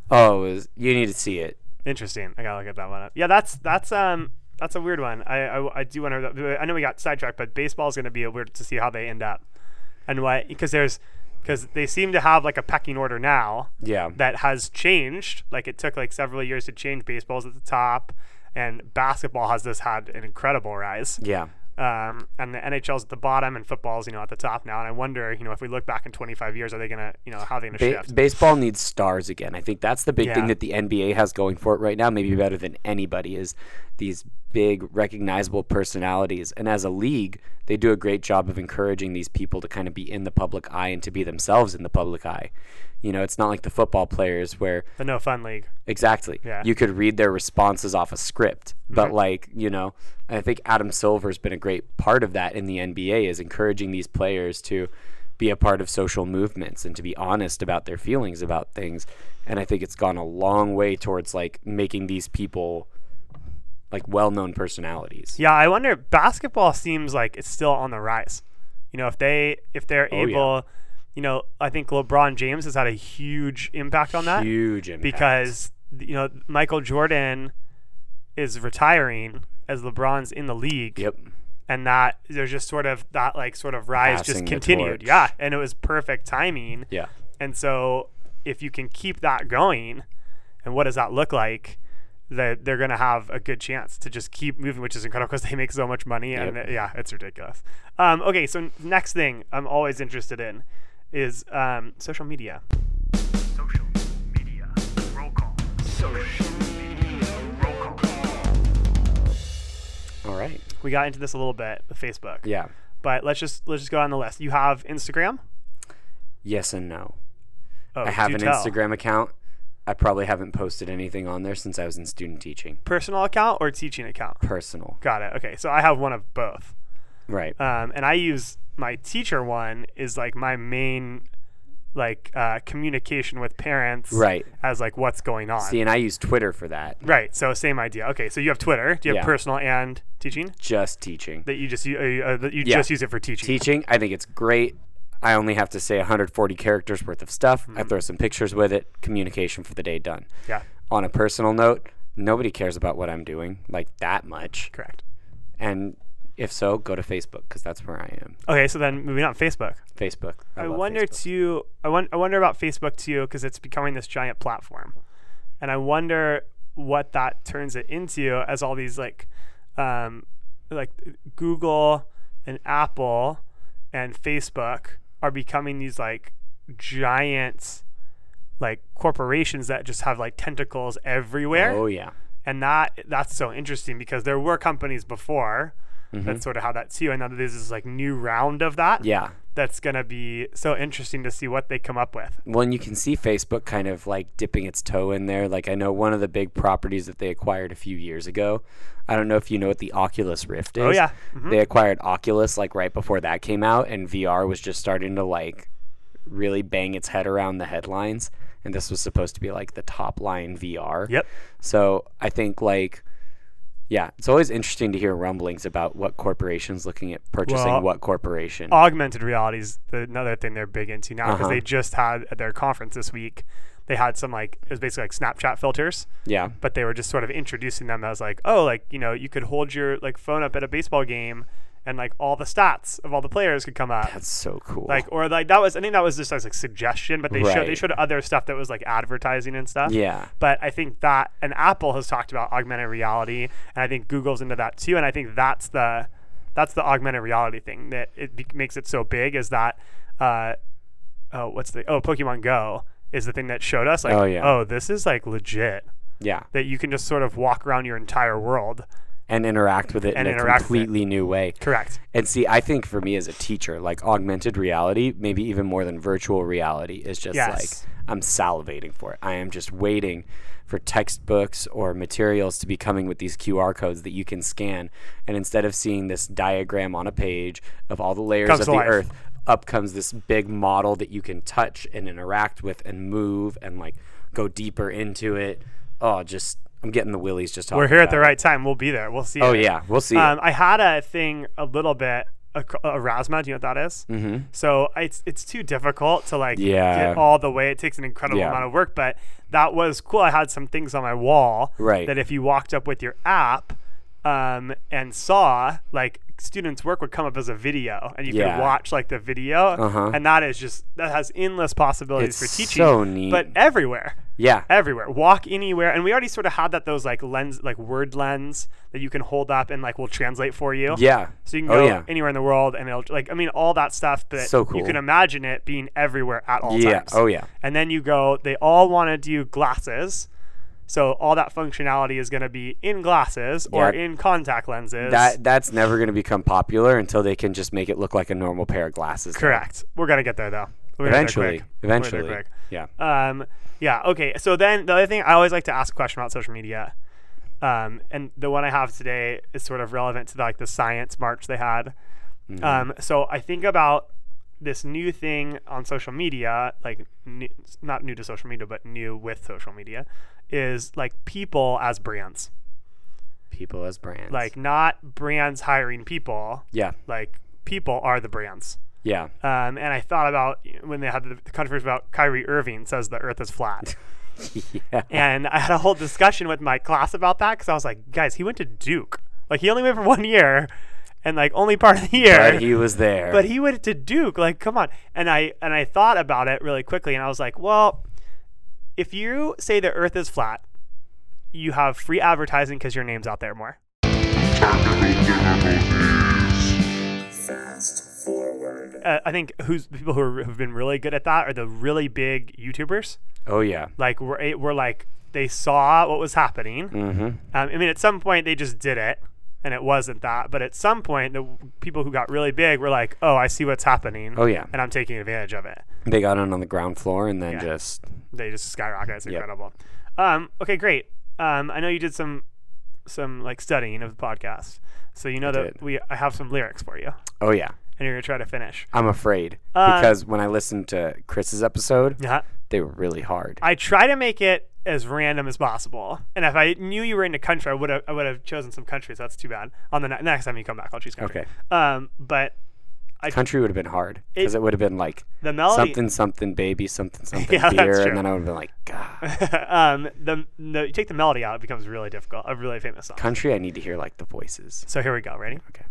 Speaker 1: Oh, it was, you need to see it.
Speaker 2: Interesting. I gotta look at that one up. Yeah, that's that's um that's a weird one. I I, I do want to. I know we got sidetracked, but baseball's gonna be a weird to see how they end up and why because there's because they seem to have like a pecking order now
Speaker 1: Yeah,
Speaker 2: that has changed. Like it took like several years to change. Baseball's at the top, and basketball has just had an incredible rise.
Speaker 1: yeah,
Speaker 2: Um, and the NHL's at the bottom, and football's you know at the top now. And I wonder, you know, if we look back in 25 years, are they gonna you know how are they gonna
Speaker 1: Ba-
Speaker 2: shift?
Speaker 1: baseball needs stars again. I think that's the big
Speaker 2: Yeah.
Speaker 1: thing that the NBA has going for it right now, maybe better than anybody, is these big recognizable personalities. And as a league, they do a great job of encouraging these people to kind of be in the public eye and to be themselves in the public eye. You know, it's not like the football players where
Speaker 2: the no fun league.
Speaker 1: Exactly.
Speaker 2: Yeah. Mm-hmm.
Speaker 1: You could read their responses off a script. But like, you know, I think Adam Silver's been a great part of that in the NBA is encouraging these players to be a part of social movements and to be honest about their feelings about things. And I think it's gone a long way towards like making these people like well-known personalities.
Speaker 2: Yeah, I wonder. Basketball seems like it's still on the rise. You know, if they if they're
Speaker 1: Oh, yeah.
Speaker 2: able, you know, I think LeBron James has had a huge impact on that
Speaker 1: Huge impact.
Speaker 2: because you know Michael Jordan is retiring as LeBron's in the league,
Speaker 1: yep.
Speaker 2: and that there's just sort of that like sort of rise just
Speaker 1: Passing the
Speaker 2: continued.
Speaker 1: torch.
Speaker 2: Yeah, and it was perfect timing.
Speaker 1: Yeah.
Speaker 2: And so if you can keep that going, and what does that look like? That they're going to have a good chance to just keep moving, which is incredible because they make so much money. And
Speaker 1: Yep.
Speaker 2: it- yeah, it's ridiculous. Um, okay, so n- next thing I'm always interested in is um, social media. Social media. Roll call. Social media. Roll call.
Speaker 1: All right.
Speaker 2: We got into this a little bit with Facebook,
Speaker 1: Yeah.
Speaker 2: but let's just let's just go down the list. You have Instagram.
Speaker 1: Yes and no.
Speaker 2: Oh,
Speaker 1: I have
Speaker 2: do
Speaker 1: an
Speaker 2: tell.
Speaker 1: Instagram account. I probably haven't posted anything on there since I was in student teaching.
Speaker 2: personal account or teaching account.
Speaker 1: Personal.
Speaker 2: Got it. Okay, so I have one of both.
Speaker 1: Right.
Speaker 2: um, and I use my teacher one is like my main like uh, communication with parents
Speaker 1: Right.
Speaker 2: as like what's going on
Speaker 1: See, and I use Twitter for that.
Speaker 2: right so same idea okay so you have Twitter do you have
Speaker 1: Yeah.
Speaker 2: personal and teaching
Speaker 1: Just teaching.
Speaker 2: that you just u- uh, uh, that you
Speaker 1: Yeah.
Speaker 2: just use it for teaching
Speaker 1: teaching, I think it's great. I only have to say 140 characters worth of stuff. I throw some pictures with it. Communication for the day done.
Speaker 2: Mm-hmm. yeah
Speaker 1: On a personal note, nobody cares about what I'm doing like that much.
Speaker 2: Correct.
Speaker 1: And if so, go to Facebook because that's where I am.
Speaker 2: Okay, so then moving on, Facebook.
Speaker 1: Facebook.
Speaker 2: I,
Speaker 1: love
Speaker 2: wonder
Speaker 1: Facebook.
Speaker 2: too. I, won- I wonder about Facebook too because it's becoming this giant platform, and I wonder what that turns it into as all these like, um, like Google and Apple and Facebook are becoming these like giant like corporations that just have like tentacles everywhere
Speaker 1: Oh yeah.
Speaker 2: and that that's so interesting because there were companies before
Speaker 1: Mm-hmm.
Speaker 2: that sort of had that too and now there's this like new round of that
Speaker 1: Yeah.
Speaker 2: that's going to be so interesting to see what they come up with.
Speaker 1: Well, and you can see Facebook kind of like dipping its toe in there. Like I know one of the big properties that they acquired a few years ago. I don't know if you know what the Oculus Rift is.
Speaker 2: Oh, yeah.
Speaker 1: They acquired Oculus like right before that came out and VR was just starting to like really bang its head around the headlines and this was supposed to be like the top line VR.
Speaker 2: Yep.
Speaker 1: So, I think like yeah, it's always interesting to hear rumblings about what corporations looking at purchasing
Speaker 2: Well, uh,
Speaker 1: what corporation.
Speaker 2: Augmented reality is the, another thing they're big into now because
Speaker 1: Uh-huh.
Speaker 2: they just had at their conference this week, they had some like, it was basically like Snapchat filters,
Speaker 1: yeah.
Speaker 2: but they were just sort of introducing them as like, oh, like, you know, you could hold your like phone up at a baseball game and like all the stats of all the players could come up.
Speaker 1: That's so cool.
Speaker 2: like or like that was I think that was just as like suggestion, but they showed they
Speaker 1: Right.
Speaker 2: showed other stuff that was like advertising and stuff.
Speaker 1: yeah.
Speaker 2: But I think that and Apple has talked about augmented reality, and I think Google's into that too. And I think that's the that's the augmented reality thing that it be- makes it so big is that uh, oh what's the oh Pokemon Go is the thing that showed us like
Speaker 1: Oh, yeah.
Speaker 2: oh this is like legit
Speaker 1: Yeah.
Speaker 2: that you can just sort of walk around your entire world.
Speaker 1: and interact with it
Speaker 2: And
Speaker 1: in a
Speaker 2: interact with it.
Speaker 1: completely new way.
Speaker 2: Correct.
Speaker 1: And see, I think for me as a teacher, like augmented reality, maybe even more than virtual reality, is just
Speaker 2: Yes.
Speaker 1: like I'm salivating for it. I am just waiting for textbooks or materials to be coming with these QR codes that you can scan. And instead of seeing this diagram on a page of all the layers
Speaker 2: Comes
Speaker 1: of
Speaker 2: to
Speaker 1: the
Speaker 2: life.
Speaker 1: earth, up comes this big model that you can touch and interact with and move and like go deeper into it. Oh, just I'm getting the willies just talking
Speaker 2: We're here at the
Speaker 1: about it.
Speaker 2: right time. We'll be there. We'll see.
Speaker 1: Uh, Oh
Speaker 2: it.
Speaker 1: yeah, we'll see. it.
Speaker 2: Um, I had a thing a little bit a, c- a Rasma. Do you know what that Mm-hmm. So it's it's too difficult to like
Speaker 1: Yeah.
Speaker 2: get all the way. It takes an incredible
Speaker 1: Yeah.
Speaker 2: amount of work, but that was cool. I had some things on my wall
Speaker 1: Right.
Speaker 2: that if you walked up with your app um, and saw like students' work would come up as a video, and you
Speaker 1: Yeah.
Speaker 2: could watch like the video,
Speaker 1: Uh-huh.
Speaker 2: and that is just that has endless possibilities
Speaker 1: It's
Speaker 2: for teaching.
Speaker 1: so neat.
Speaker 2: But everywhere
Speaker 1: yeah.
Speaker 2: everywhere. Walk anywhere, and we already sort of had that those like lens, like word lens that you can hold up and like will translate for you.
Speaker 1: Yeah.
Speaker 2: So you can
Speaker 1: Oh,
Speaker 2: go
Speaker 1: yeah.
Speaker 2: anywhere in the world, and it'll like I mean all that stuff. But
Speaker 1: So
Speaker 2: you
Speaker 1: cool.
Speaker 2: can imagine it being everywhere at all
Speaker 1: Yeah.
Speaker 2: times.
Speaker 1: Oh yeah.
Speaker 2: And then you go. They all want to do glasses. So all that functionality is going to be in glasses or
Speaker 1: Yeah.
Speaker 2: in contact lenses.
Speaker 1: That that's never going to become popular until they can just make it look like a normal pair of glasses.
Speaker 2: correct. We're gonna get there though. We're gonna get there
Speaker 1: Eventually.
Speaker 2: quick. We're gonna get there
Speaker 1: Eventually.
Speaker 2: quick.
Speaker 1: Yeah.
Speaker 2: Um, yeah. Okay. So then the other thing I always like to ask a question about social media, um, and the one I have today is sort of relevant to like the science march they had. Um, so I think about this new thing on social media, like new, not new to social media, but new with social media, is like people as brands,
Speaker 1: People as brands.
Speaker 2: like not brands hiring people,
Speaker 1: Yeah.
Speaker 2: like people are the brands.
Speaker 1: Yeah.
Speaker 2: Um, and I thought about when they had the the controversy about Kyrie Irving says the Earth is flat.
Speaker 1: yeah.
Speaker 2: And I had a whole discussion with my class about that because I was like, guys, he went to Duke. Like, he only went for one year and, like, only part of the year.
Speaker 1: But he was there.
Speaker 2: But he went to Duke. Like, come on. And I and I thought about it really quickly, and I was like, well, if you say the Earth is flat, you have free advertising because your name's out there more.
Speaker 3: Technical difficulties.
Speaker 4: Fast forward.
Speaker 2: Uh, I think who's the people who are, who've been really good at that are the really big YouTubers.
Speaker 1: oh yeah.
Speaker 2: Like, we're, eh, we're like they saw what was happening.
Speaker 1: Mm-hmm.
Speaker 2: Um, I mean, at some point they just did it, and it wasn't that. But at some point, the w- people who got really big were like, "Oh, I see what's happening.
Speaker 1: Oh yeah.
Speaker 2: and I'm taking advantage of it."
Speaker 1: They got in on the ground floor and then
Speaker 2: Yeah.
Speaker 1: just
Speaker 2: They just skyrocket. It's
Speaker 1: Yep.
Speaker 2: incredible. Um, okay, great. Um, I know you did some some like studying of the podcast, so you know that
Speaker 1: did.
Speaker 2: we I have some lyrics for you,
Speaker 1: oh yeah.
Speaker 2: and you're gonna try to finish.
Speaker 1: I'm afraid
Speaker 2: Uh,
Speaker 1: because when I listened to Chris's episode,
Speaker 2: Yeah,
Speaker 1: they were really hard.
Speaker 2: I try to make it as random as possible. And if I knew you were into country, I would have I would have chosen some countries. That's too bad. On the ne- next time you come back, I'll choose country.
Speaker 1: Okay.
Speaker 2: Um, but I-
Speaker 1: Country would have been hard because
Speaker 2: It-
Speaker 1: it, would have been like
Speaker 2: The melody.
Speaker 1: something something baby something something
Speaker 2: Yeah, that's
Speaker 1: beer,
Speaker 2: true.
Speaker 1: and then I would have been like, God,
Speaker 2: um, the, the you take the melody out, it becomes really difficult. A really famous song.
Speaker 1: country. I need to hear like the voices.
Speaker 2: So here we go. Ready?
Speaker 1: Okay.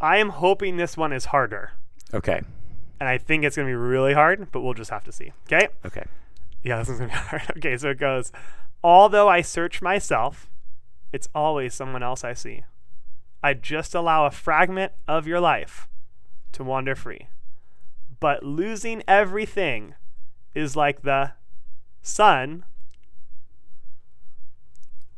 Speaker 2: I am hoping this one is harder,
Speaker 1: Okay.
Speaker 2: and I think it's gonna be really hard, but we'll just have to see. Okay?
Speaker 1: Okay.
Speaker 2: Yeah, this one's gonna be hard. Okay, so it goes. Although I search myself, it's always someone else I see. I just allow a fragment of your life to wander free. But losing everything is like the sun,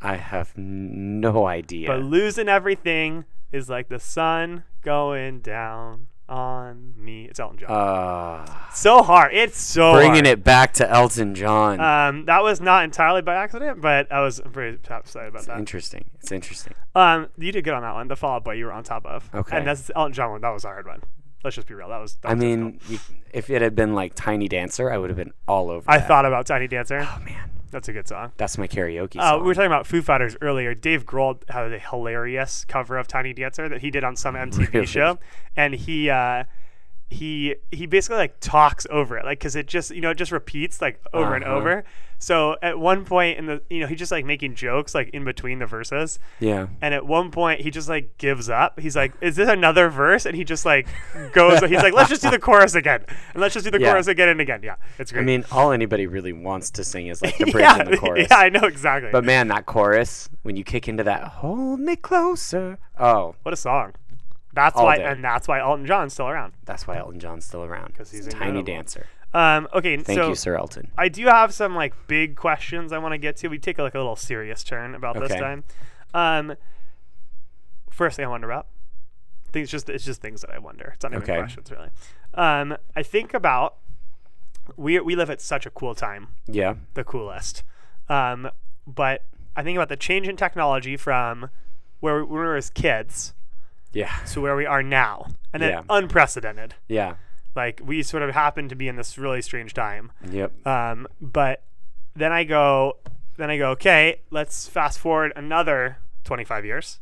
Speaker 1: I have n- no idea.
Speaker 2: but losing everything is like the sun going down on me. It's Elton John.
Speaker 1: uh,
Speaker 2: so hard. It's so
Speaker 1: bringing
Speaker 2: hard.
Speaker 1: it back to Elton John.
Speaker 2: Um, that was not entirely by accident, but I was pretty excited about that.
Speaker 1: interesting. It's interesting.
Speaker 2: Um, you did good on that one. The Fall Out Boy you were on top of.
Speaker 1: Okay.
Speaker 2: And that's the Elton John one. That was a hard one. Let's just be real. That was. That
Speaker 1: I
Speaker 2: was
Speaker 1: mean,
Speaker 2: difficult.
Speaker 1: you, if it had been like Tiny Dancer, I would have been all over.
Speaker 2: I
Speaker 1: that.
Speaker 2: thought about Tiny Dancer.
Speaker 1: oh man,
Speaker 2: That's a good song.
Speaker 1: that's my karaoke
Speaker 2: Uh,
Speaker 1: song.
Speaker 2: we were talking about Foo Fighters earlier. Dave Grohl had a hilarious cover of Tiny Dancer that he did on some MTV
Speaker 1: Really?
Speaker 2: show, and he uh, he he basically like talks over it, like because it just you know it just repeats like over and
Speaker 1: Uh-huh.
Speaker 2: over. So at one point in the you know he's just like making jokes like in between the verses,
Speaker 1: yeah.
Speaker 2: And at one point, he just like gives up. He's like, "Is this another verse?" And he just like goes. He's like, "Let's just do the chorus again, and let's just do the
Speaker 1: Yeah.
Speaker 2: chorus again and again." Yeah, it's great.
Speaker 1: I mean, all anybody really wants to sing is like the bridge
Speaker 2: yeah,
Speaker 1: and the chorus.
Speaker 2: yeah, I know exactly.
Speaker 1: But man, that chorus when you kick into that "Hold Me Closer." Oh,
Speaker 2: what a song! That's
Speaker 1: All
Speaker 2: why,
Speaker 1: day.
Speaker 2: and that's why Elton John's still around.
Speaker 1: that's why Elton John's still around.
Speaker 2: 'Cause he's
Speaker 1: Tiny
Speaker 2: incredible.
Speaker 1: Dancer.
Speaker 2: Um, okay,
Speaker 1: Thank
Speaker 2: so
Speaker 1: you, Sir Elton.
Speaker 2: I do have some like big questions I want to get to. We take like a little serious turn about this
Speaker 1: Okay.
Speaker 2: time. Um, first thing I wonder about. I think it's just it's just things that I wonder. It's not even
Speaker 1: Okay.
Speaker 2: questions really. Um, I think about we we live at such a cool time,
Speaker 1: Yeah.
Speaker 2: the coolest. Um, but I think about the change in technology from where we, when we were as kids
Speaker 1: Yeah.
Speaker 2: to where we are now, and then
Speaker 1: Yeah.
Speaker 2: unprecedented.
Speaker 1: Yeah.
Speaker 2: Like we sort of happen to be in this really strange time.
Speaker 1: Yep.
Speaker 2: Um, but then I go, then I go, okay, let's fast forward another 25 years.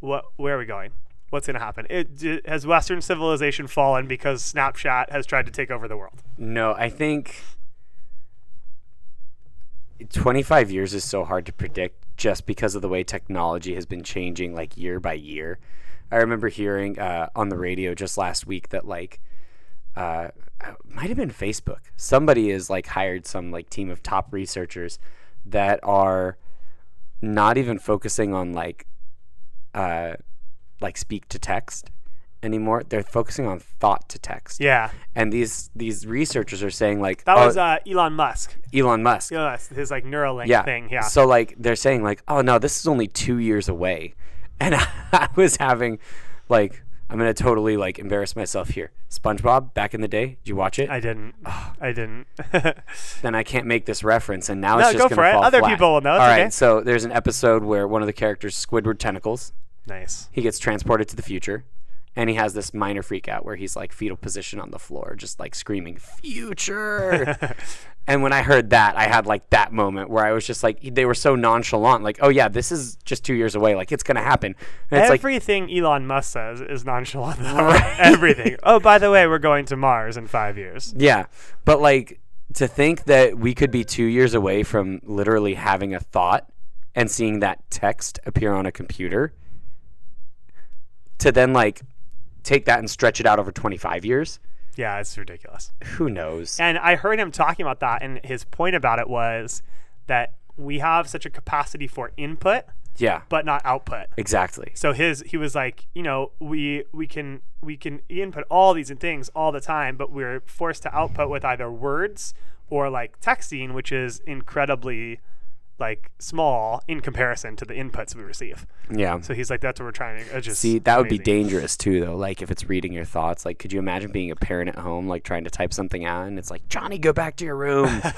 Speaker 2: What, where are we going? What's going to happen? It, d- has Western civilization fallen because Snapchat has tried to take over the world?
Speaker 1: No, I think 25 years is so hard to predict just because of the way technology has been changing like year by year. I remember hearing uh, on the radio just last week that like uh, it might have been Facebook. Somebody is like hired some like team of top researchers that are not even focusing on like uh, like speak to text anymore. They're focusing on thought to text
Speaker 2: Yeah,
Speaker 1: and these these researchers are saying like
Speaker 2: that
Speaker 1: oh,
Speaker 2: was uh, Elon Musk.
Speaker 1: Elon Musk.
Speaker 2: Elon Musk, his like Neuralink
Speaker 1: yeah.
Speaker 2: thing. Yeah,
Speaker 1: So like they're saying like oh no this is only 2 years away. And I was having like I'm going to totally like embarrass myself here. SpongeBob back in the day, did you watch it?
Speaker 2: I didn't. I didn't.
Speaker 1: then I can't make this reference and now
Speaker 2: No,
Speaker 1: it's just going
Speaker 2: go for
Speaker 1: to
Speaker 2: it.
Speaker 1: fall
Speaker 2: Other
Speaker 1: flat.
Speaker 2: people will know. It's
Speaker 1: All right.
Speaker 2: okay.
Speaker 1: So there's an episode where one of the characters Squidward tentacles
Speaker 2: nice.
Speaker 1: he gets transported to the future and he has this minor freak out where he's like fetal position on the floor just like screaming future and when i heard that i had like that moment where i was just like they were so nonchalant like oh yeah this is just two years away like it's gonna happen and it's like
Speaker 2: Everything Elon Musk says is nonchalant. though. Everything. Oh, by the way, we're going to Mars in five years.
Speaker 1: yeah but like to think that we could be two years away from literally having a thought and seeing that text appear on a computer to then like take that and stretch it out over 25 years
Speaker 2: Yeah, it's ridiculous.
Speaker 1: who knows
Speaker 2: And I heard him talking about that, and his point about it was that we have such a capacity for input,
Speaker 1: yeah
Speaker 2: but not output.
Speaker 1: Exactly.
Speaker 2: So his he was like, you know, we we can we can input all these and things all the time, but we're forced to output with either words or like texting, which is incredibly like small in comparison to the inputs we receive.
Speaker 1: Yeah.
Speaker 2: So he's like, that's what we're trying to uh, just
Speaker 1: See, that would be
Speaker 2: amazing.
Speaker 1: dangerous too, though. Like, if it's reading your thoughts, like, could you imagine being a parent at home, like, trying to type something out, and it's like, Johnny, go back to your room, and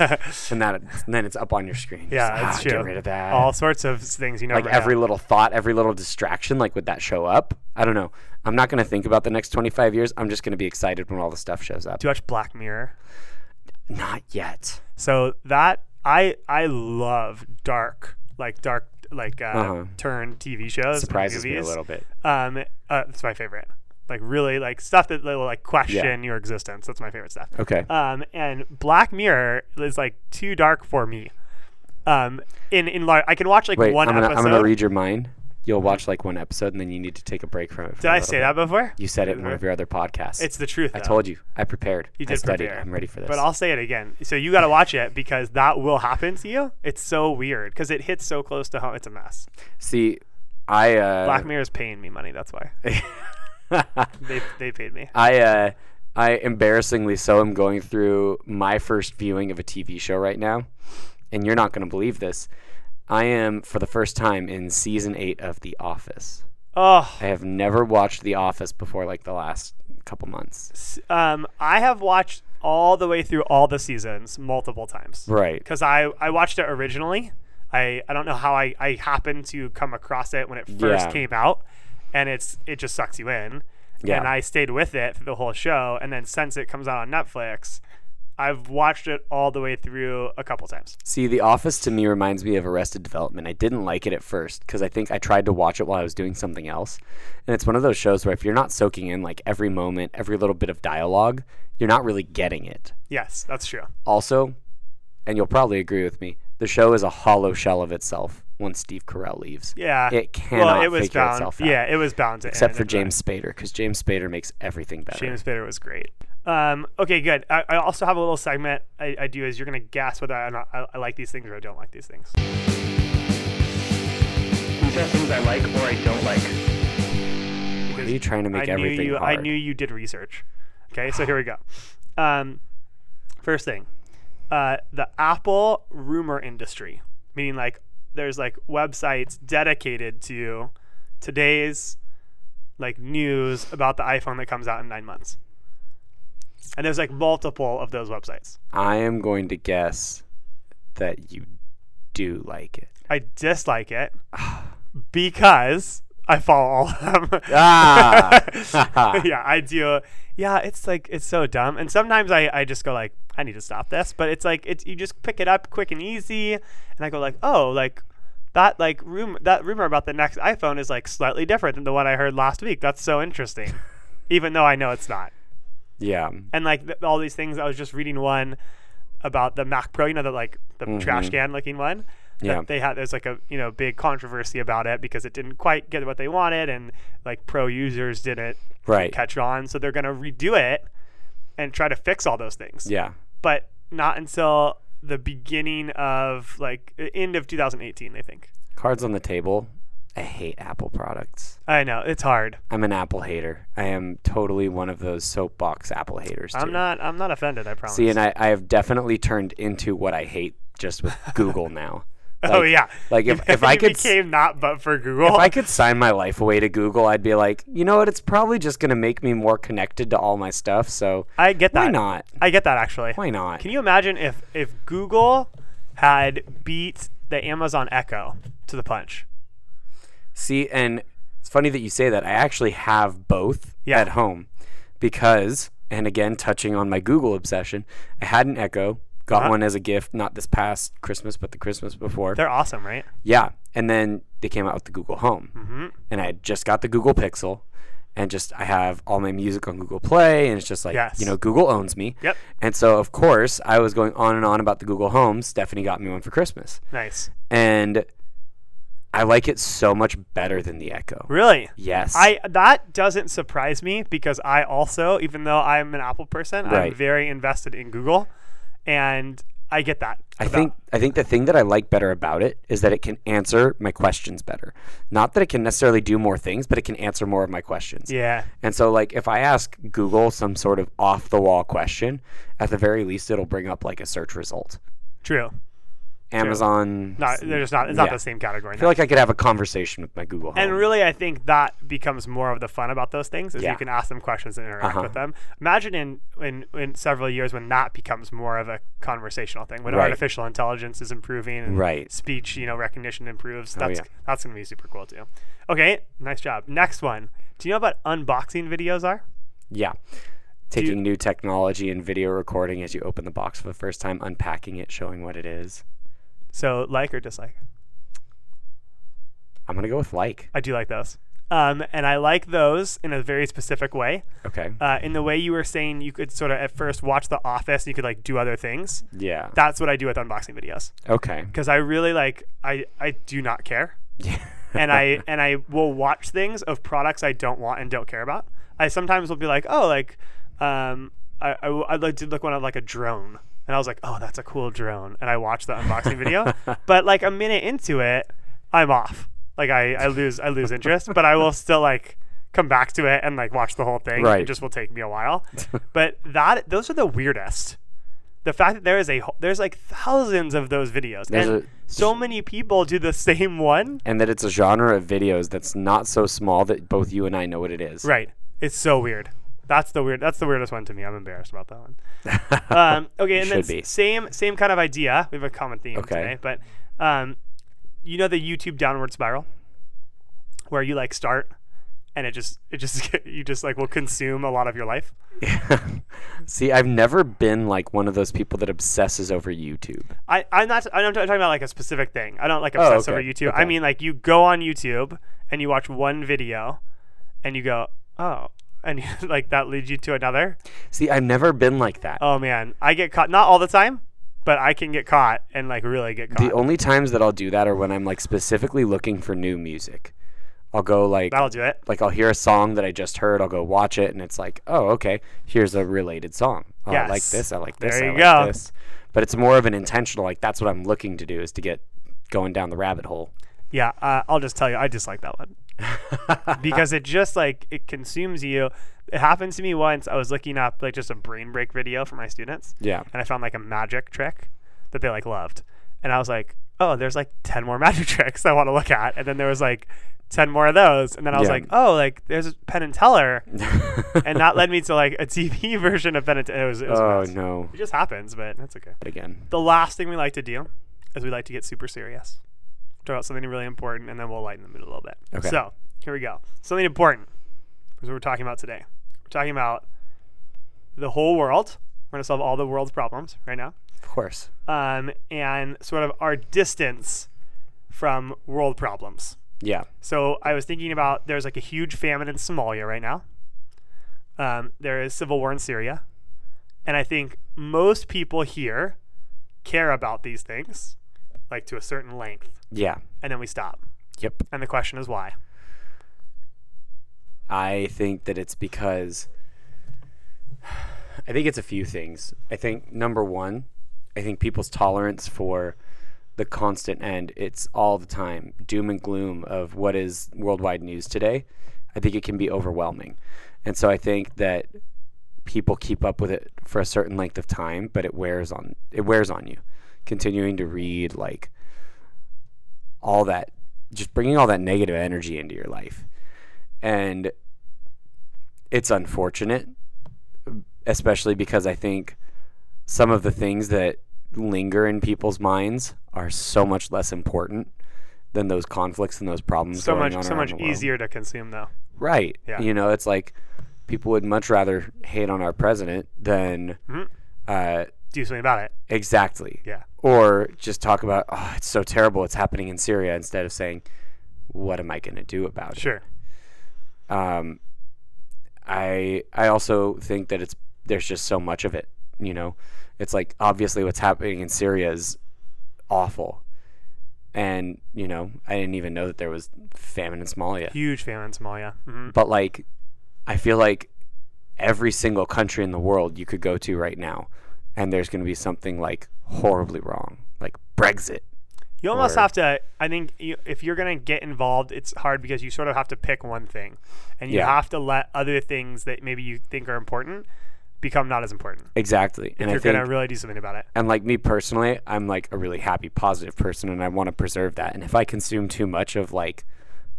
Speaker 1: that, and then it's up on your screen. You're
Speaker 2: Yeah,
Speaker 1: just,
Speaker 2: that's
Speaker 1: "Ah,
Speaker 2: true.
Speaker 1: Get rid of that.
Speaker 2: All sorts of things, you know.
Speaker 1: like
Speaker 2: right now.
Speaker 1: every little thought, every little distraction, like, would that show up? I don't know. I'm not gonna think about the next 25 years. I'm just gonna be excited when all the stuff shows up.
Speaker 2: Do you watch Black Mirror?
Speaker 1: Not yet.
Speaker 2: So that I I love dark like dark like uh,
Speaker 1: Uh-huh.
Speaker 2: turn TV shows. and
Speaker 1: Surprises me a
Speaker 2: movies.
Speaker 1: little bit.
Speaker 2: Um, uh, it's my favorite. like really like stuff that will like question your existence. That's my favorite stuff.
Speaker 1: Okay.
Speaker 2: Um, and Black Mirror is like too dark for me. Um, in in lar- I can watch like
Speaker 1: Wait,
Speaker 2: one
Speaker 1: I'm gonna,
Speaker 2: episode. Mm-hmm.
Speaker 1: I'm gonna read your mind. You'll watch like one episode and then you need to take a break from it. for
Speaker 2: Did
Speaker 1: a
Speaker 2: I
Speaker 1: little
Speaker 2: say
Speaker 1: bit.
Speaker 2: that before?
Speaker 1: You said it in one of your other podcasts.
Speaker 2: It's the truth.
Speaker 1: I told you. I prepared.
Speaker 2: You
Speaker 1: I
Speaker 2: did
Speaker 1: studied.
Speaker 2: prepare.
Speaker 1: I'm ready for this.
Speaker 2: But I'll say it again. So you got to watch it because that will happen to you. It's so weird because it hits so close to home. It's a mess.
Speaker 1: see. I uh,
Speaker 2: Black Mirror is paying me money. That's why they they paid me.
Speaker 1: I uh, I embarrassingly so am going through my first viewing of a TV show right now, and you're not gonna believe this. I am for the first time in season eight of The Office.
Speaker 2: Oh,
Speaker 1: I have never watched The Office before like the last couple months.
Speaker 2: s- um, I have watched all the way through all the seasons multiple times.
Speaker 1: Right.
Speaker 2: because I, I watched it originally. I, I don't know how I, I happened to come across it when it first
Speaker 1: Yeah.
Speaker 2: came out, and it's it just sucks you in.
Speaker 1: Yeah.
Speaker 2: And I stayed with it for the whole show, and then since it comes out on Netflix, I've watched it all the way through a couple times.
Speaker 1: See, The Office to me reminds me of Arrested Development. I didn't like it at first because I think I tried to watch it while I was doing something else. And it's one of those shows where if you're not soaking in like every moment, every little bit of dialogue, you're not really getting it.
Speaker 2: Yes, that's true.
Speaker 1: Also, and you'll probably agree with me, the show is a hollow shell of itself once Steve Carell leaves.
Speaker 2: Yeah,
Speaker 1: It cannot
Speaker 2: well, it was
Speaker 1: figure
Speaker 2: bound.
Speaker 1: itself out.
Speaker 2: Yeah, it was bound to
Speaker 1: Except
Speaker 2: end
Speaker 1: for
Speaker 2: in the-
Speaker 1: James Spader because James Spader makes everything better.
Speaker 2: James Spader was great. Um, okay, good. I, I also have a little segment I, I do is you're gonna guess whether I, I, I like these things or I don't like these things.
Speaker 5: These are things I like or I don't like.
Speaker 1: Why are you trying to make
Speaker 2: I knew
Speaker 1: everything
Speaker 2: you.
Speaker 1: hard?
Speaker 2: I knew you did research. Okay, so here we go. Um, first thing, uh, the Apple rumor industry, meaning like there's like websites dedicated to today's like news about the iPhone that comes out in nine months, and there's like multiple of those websites.
Speaker 1: I am going to guess that you do like it.
Speaker 2: I dislike it because I follow all of them.
Speaker 1: Ah!
Speaker 2: yeah, I do. Yeah, it's like it's so dumb. And sometimes I, I just go like, I need to stop this. But it's like it's you just pick it up quick and easy, and I go like, oh, like that like room that rumor about the next iPhone is like slightly different than the one I heard last week. That's so interesting, even though I know it's not.
Speaker 1: yeah.
Speaker 2: And like th- all these things, I was just reading one about the Mac Pro, you know, that like the trash can looking one. that
Speaker 1: Yeah.
Speaker 2: They had there's like a you know big controversy about it because it didn't quite get what they wanted, and like pro users didn't
Speaker 1: Right.
Speaker 2: catch on. So they're going to redo it and try to fix all those things.
Speaker 1: Yeah.
Speaker 2: But not until the beginning of like uh, end of 2018, I think.
Speaker 1: Cards on the table. I hate Apple products.
Speaker 2: I know it's hard.
Speaker 1: I'm an Apple hater. I am totally one of those soapbox Apple haters.
Speaker 2: I'm
Speaker 1: too.
Speaker 2: not. I'm not offended. I promise.
Speaker 1: See, and I, I have definitely turned into what I hate just with Google now.
Speaker 2: oh
Speaker 1: Like-
Speaker 2: yeah.
Speaker 1: Like if, if I
Speaker 2: You
Speaker 1: could s-
Speaker 2: became not but for Google.
Speaker 1: if I could sign my life away to Google, I'd be like, you know what? It's probably just gonna make me more connected to all my stuff. So
Speaker 2: I get that.
Speaker 1: why not?
Speaker 2: I get that actually.
Speaker 1: Why not?
Speaker 2: Can you imagine if if Google had beat the Amazon Echo to the punch?
Speaker 1: See, and it's funny that you say that. I actually have both
Speaker 2: Yeah.
Speaker 1: at home because, and again, touching on my Google obsession, I had an Echo, got
Speaker 2: Uh-huh.
Speaker 1: one as a gift, not this past Christmas, but the Christmas before.
Speaker 2: They're awesome, right?
Speaker 1: yeah. And then they came out with the Google Home. Mm-hmm. And I had just got the Google Pixel. And just I have all my music on Google Play, and it's just like
Speaker 2: Yes.
Speaker 1: you know Google owns me.
Speaker 2: Yep.
Speaker 1: And so of course I was going on and on about the Google Home. Stephanie got me one for Christmas,
Speaker 2: Nice.
Speaker 1: and I like it so much better than the Echo.
Speaker 2: Really?
Speaker 1: Yes.
Speaker 2: I that doesn't surprise me because I also, even though I'm an Apple person, I'm
Speaker 1: Right.
Speaker 2: very invested in Google, and I get that.
Speaker 1: I
Speaker 2: about-
Speaker 1: think I think the thing that I like better about it is that it can answer my questions better. Not that it can necessarily do more things, but it can answer more of my questions.
Speaker 2: Yeah.
Speaker 1: And so like if I ask Google some sort of off the wall question, at the very least it'll bring up like a search result.
Speaker 2: True.
Speaker 1: Amazon
Speaker 2: Not. They're just not. It's not
Speaker 1: Yeah.
Speaker 2: the same category.
Speaker 1: I
Speaker 2: now.
Speaker 1: feel like I could have a conversation with my Google Home.
Speaker 2: and really, I think that becomes more of the fun about those things
Speaker 1: Oh.
Speaker 2: is
Speaker 1: Yeah.
Speaker 2: you can ask them questions and interact
Speaker 1: Uh-huh.
Speaker 2: with them. Imagine in, in in several years when that becomes more of a conversational thing when
Speaker 1: Right.
Speaker 2: artificial intelligence is improving and
Speaker 1: Right. Oh,
Speaker 2: speech you know recognition improves. That's
Speaker 1: yeah.
Speaker 2: that's gonna be super cool too. Okay, nice job. Next one. Do you know what unboxing videos are?
Speaker 1: yeah. Taking new technology and video recording as you open the box for the first time, unpacking it, showing what it is.
Speaker 2: So like or dislike?
Speaker 1: I'm gonna go with like.
Speaker 2: I do like those. Um, and I like those in a very specific way.
Speaker 1: Okay.
Speaker 2: Uh, in the way you were saying you could sort of at first watch The Office and you could like do other things.
Speaker 1: yeah.
Speaker 2: That's what I do with unboxing videos
Speaker 1: okay.
Speaker 2: because I really like I I do not care.
Speaker 1: Yeah.
Speaker 2: and I and I will watch things of products I don't want and don't care about. I sometimes will be like, oh, like, um, I I, I like, did look one of like a drone, and I was like, oh, that's a cool drone, and I watched the unboxing video, but like a minute into it, I'm off. Like I, I lose I lose interest, but I will still like come back to it and like watch the whole thing.
Speaker 1: Right.
Speaker 2: It just will take me a while. but that those are the weirdest. The fact that there is a whole- there's like thousands of those videos,
Speaker 1: There's
Speaker 2: and
Speaker 1: a-
Speaker 2: so many people do the same one.
Speaker 1: and that it's a genre of videos that's not so small that both you and I know what it is.
Speaker 2: Right. It's so weird. That's the weird. That's the weirdest one to me. I'm embarrassed about that one. Um, okay, and then
Speaker 1: should be.
Speaker 2: s- same same kind of idea. We have a common theme
Speaker 1: Okay.
Speaker 2: today, but um, you know the YouTube downward spiral, where you like start, and it just it just you just like will consume a lot of your life.
Speaker 1: See, I've never been like one of those people that obsesses over YouTube.
Speaker 2: I, I'm not. I'm not talking about like a specific thing. I don't like obsess
Speaker 1: Oh, okay,
Speaker 2: over YouTube.
Speaker 1: okay.
Speaker 2: I mean, like you go on YouTube and you watch one video, and you go, oh, and you, like that leads you to another.
Speaker 1: See, I've never been like that.
Speaker 2: Oh man, I get caught not all the time, but I can get caught and like really get caught.
Speaker 1: the only times that I'll do that are when I'm like specifically looking for new music. I'll go like
Speaker 2: That'll do it.
Speaker 1: like I'll hear a song that I just heard, I'll go watch it and it's like, "Oh, okay, here's a related song. Oh, I like
Speaker 2: Yes.
Speaker 1: this, I like this,
Speaker 2: There
Speaker 1: I
Speaker 2: you
Speaker 1: like
Speaker 2: go.
Speaker 1: this." But it's more of an intentional like that's what I'm looking to do is to get going down the rabbit hole.
Speaker 2: Yeah, uh, I'll just tell you, I dislike that one because it just like it consumes you. It happened to me once. I was looking up like just a brain break video for my students,
Speaker 1: Yeah.
Speaker 2: and I found like a magic trick that they like loved, and I was like, oh, there's like ten more magic tricks I want to look at, and then there was like. 10 more of those and then i was
Speaker 1: Yeah.
Speaker 2: like oh like there's penn and teller and that led me to like a tv version of penn and teller it was, it was a
Speaker 1: Oh
Speaker 2: mess.
Speaker 1: no.
Speaker 2: It just happens, but that's okay.
Speaker 1: Again.
Speaker 2: The last thing we like to do is we like to get super serious. Talk about something really important, and then we'll lighten the mood a little bit.
Speaker 1: Okay.
Speaker 2: So here we go. Something important is what we're talking about today. We're talking about the whole world. We're gonna solve all the world's problems right now,
Speaker 1: Of course.
Speaker 2: um, and sort of our distance from world problems.
Speaker 1: Yeah.
Speaker 2: So I was thinking about there's like a huge famine in Somalia right now. Um, there is civil war in Syria, and I think most people here care about these things, like to a certain length,
Speaker 1: Yeah.
Speaker 2: and then we stop.
Speaker 1: Yep.
Speaker 2: And the question is why?
Speaker 1: I think that it's because I think it's a few things. I think number one, I think people's tolerance for the constant end, it's all the time doom and gloom of what is worldwide news today. I think it can be overwhelming. And so I think that people keep up with it for a certain length of time, but it wears on it wears on you. Continuing to read like all that just bringing all that negative energy into your life and it's unfortunate especially because i think some of the things that linger in people's minds are so much less important than those conflicts and those problems
Speaker 2: So
Speaker 1: going
Speaker 2: much,
Speaker 1: on
Speaker 2: so
Speaker 1: around
Speaker 2: much
Speaker 1: the world.
Speaker 2: easier to consume though.
Speaker 1: Right.
Speaker 2: Yeah.
Speaker 1: You know, it's like people would much rather hate on our president than
Speaker 2: Mm-hmm.
Speaker 1: uh,
Speaker 2: Do something about it.
Speaker 1: exactly.
Speaker 2: Yeah.
Speaker 1: Or just talk about, oh, it's so terrible, it's happening in Syria, instead of saying, what am I going to do about
Speaker 2: Sure.
Speaker 1: it? Um, I I also think that it's there's just so much of it. You know, it's like obviously what's happening in Syria is awful, and you know I didn't even know that there was famine in Somalia.
Speaker 2: Huge famine in Somalia. hmm
Speaker 1: but like i feel like every single country in the world you could go to right now and there's going to be something like horribly wrong like brexit
Speaker 2: You almost
Speaker 1: Or-
Speaker 2: have to. I think you, if you're gonna get involved, it's hard because you sort of have to pick one thing, and you
Speaker 1: Yeah.
Speaker 2: have to let other things that maybe you think are important become not as important.
Speaker 1: exactly and
Speaker 2: if
Speaker 1: i
Speaker 2: you're
Speaker 1: think
Speaker 2: gonna really do something about it.
Speaker 1: and like me personally i'm like a really happy positive person and i want to preserve that and if i consume too much of like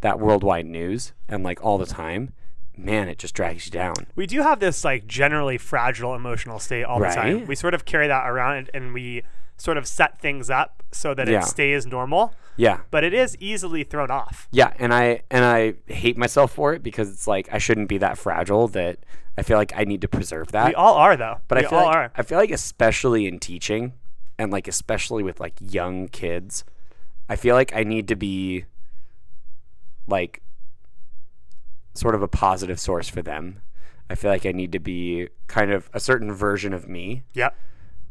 Speaker 1: that worldwide news and like all the time man it just drags you down
Speaker 2: We do have this like generally fragile emotional state all the time.
Speaker 1: Right.
Speaker 2: We sort of carry that around and, and we sort of set things up so that
Speaker 1: Yeah.
Speaker 2: it stays normal,
Speaker 1: yeah
Speaker 2: but it is easily thrown off.
Speaker 1: Yeah, and I and I hate myself for it because it's like I shouldn't be that fragile. That I feel like I need to preserve that.
Speaker 2: We all are though.
Speaker 1: But
Speaker 2: we
Speaker 1: I feel
Speaker 2: all
Speaker 1: like,
Speaker 2: are.
Speaker 1: I feel like especially in teaching and like especially with like young kids, I feel like I need to be like sort of a positive source for them. I feel like I need to be kind of a certain version of me.
Speaker 2: Yep.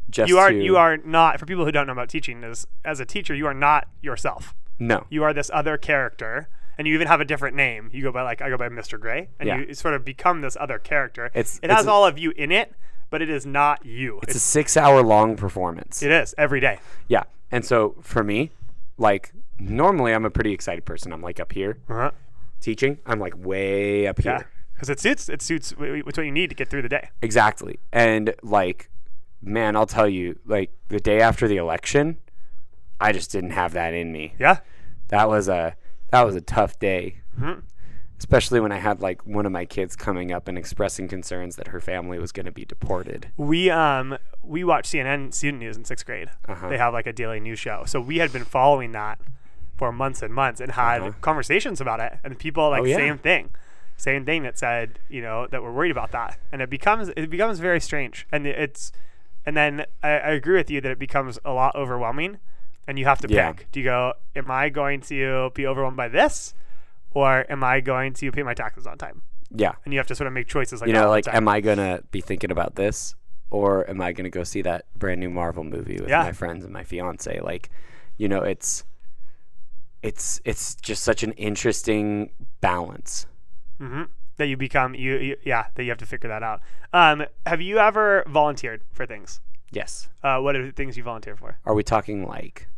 Speaker 1: Just
Speaker 2: You are
Speaker 1: to-
Speaker 2: you are not for people who don't know about teaching is as a teacher you are not yourself.
Speaker 1: no.
Speaker 2: You are this other character and you even have a different name. You go by like I go by Mr. Gray and
Speaker 1: Yeah.
Speaker 2: you sort of become this other character.
Speaker 1: It's-
Speaker 2: it
Speaker 1: it's
Speaker 2: has
Speaker 1: a-
Speaker 2: all of you in it, but it is not you.
Speaker 1: it's a
Speaker 2: It's,
Speaker 1: six-hour-long performance.
Speaker 2: it is every day.
Speaker 1: Yeah. And so for me, like normally I'm a pretty excited person. I'm like up here
Speaker 2: Uh-huh.
Speaker 1: teaching. I'm like way up here.
Speaker 2: Yeah. Cuz it suits it suits wh- wh- what you need to get through the day.
Speaker 1: Exactly. And like man, I'll tell you, like the day after the election, I just didn't have that in me.
Speaker 2: Yeah.
Speaker 1: That was a that was a tough day. Especially when I had like one of my kids coming up and expressing concerns that her family was going to be deported.
Speaker 2: we um we watched CNN student news in sixth grade.
Speaker 1: Uh-huh.
Speaker 2: They have like a daily news show, so we had been following that for months and months and had conversations about it. And people like
Speaker 1: Uh-huh. Oh, yeah.
Speaker 2: same thing, same thing that said you know that we're worried about that. And it becomes it becomes very strange. And it- it's and then I, I agree with you that it becomes a lot overwhelming. And you have to
Speaker 1: Yeah.
Speaker 2: pick. Do you go? Am I going to be overwhelmed by this, or am I going to pay my taxes on time?
Speaker 1: Yeah.
Speaker 2: And you have to sort of make choices like "Oh,
Speaker 1: You
Speaker 2: that
Speaker 1: know,
Speaker 2: all the
Speaker 1: like
Speaker 2: time.
Speaker 1: am I going to be thinking about this or am I going to go see that brand new Marvel movie with
Speaker 2: Yeah.
Speaker 1: my friends and my fiance? Like, you know, it's it's it's just such an interesting balance.
Speaker 2: hmm That you become you, you yeah that you have to figure that out. Um, have you ever volunteered for things?
Speaker 1: Yes.
Speaker 2: Uh, what are the things you volunteer for?
Speaker 1: Are we talking like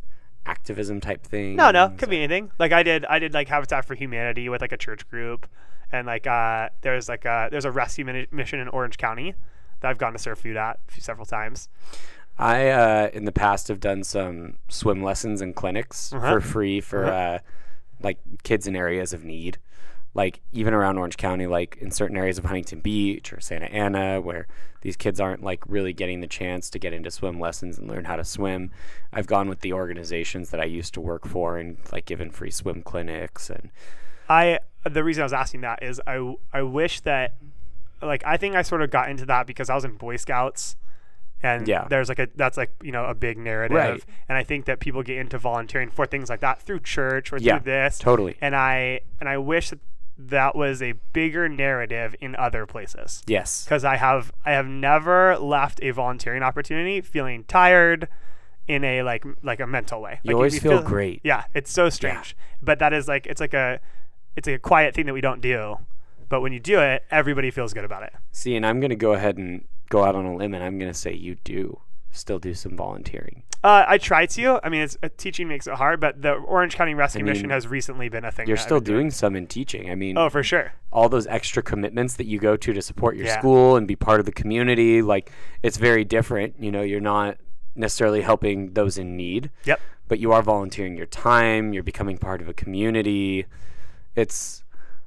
Speaker 1: activism type thing?
Speaker 2: No, no, could be anything. Like I did, I did like Habitat for Humanity with like a church group, and like uh, there's like a there's a rescue mini- mission in Orange County that I've gone to serve food at f- several times.
Speaker 1: I uh, in the past have done some swim lessons and clinics
Speaker 2: Uh-huh.
Speaker 1: for free for uh like kids in areas of need, like even around Orange County, like in certain areas of Huntington Beach or Santa Ana, where these kids aren't like really getting the chance to get into swim lessons and learn how to swim. I've gone with the organizations that I used to work for and like given free swim clinics and
Speaker 2: I the reason I was asking that is I I wish that like I think I sort of got into that because I was in Boy Scouts and
Speaker 1: Yeah.
Speaker 2: there's like a that's like you know a big narrative
Speaker 1: Right.
Speaker 2: and I think that people get into volunteering for things like that through church or
Speaker 1: Yeah,
Speaker 2: through this
Speaker 1: totally.
Speaker 2: and I and I wish that that was a bigger narrative in other places
Speaker 1: yes,
Speaker 2: because I have I have never left a volunteering opportunity feeling tired in a like like a mental way. Like,
Speaker 1: always feel great.
Speaker 2: Yeah, it's so strange. But that is like it's like a it's like a quiet thing that we don't do. But when you do it, everybody feels good about it.
Speaker 1: See, and I'm going to go ahead and go out on a limb and I'm going to say you do still do some volunteering.
Speaker 2: Uh, I try to. I mean, it's, uh, teaching makes it hard, but the Orange County Rescue Mission
Speaker 1: mean,
Speaker 2: has recently been a thing.
Speaker 1: You're
Speaker 2: that I've
Speaker 1: still
Speaker 2: been doing.
Speaker 1: doing some in teaching. I mean,
Speaker 2: Oh, for sure.
Speaker 1: all those extra commitments that you go to to support your
Speaker 2: Yeah.
Speaker 1: school and be part of the community, like it's very different. You know, you're not necessarily helping those in need,
Speaker 2: Yep.
Speaker 1: but you are volunteering your time, you're becoming part of a community. It's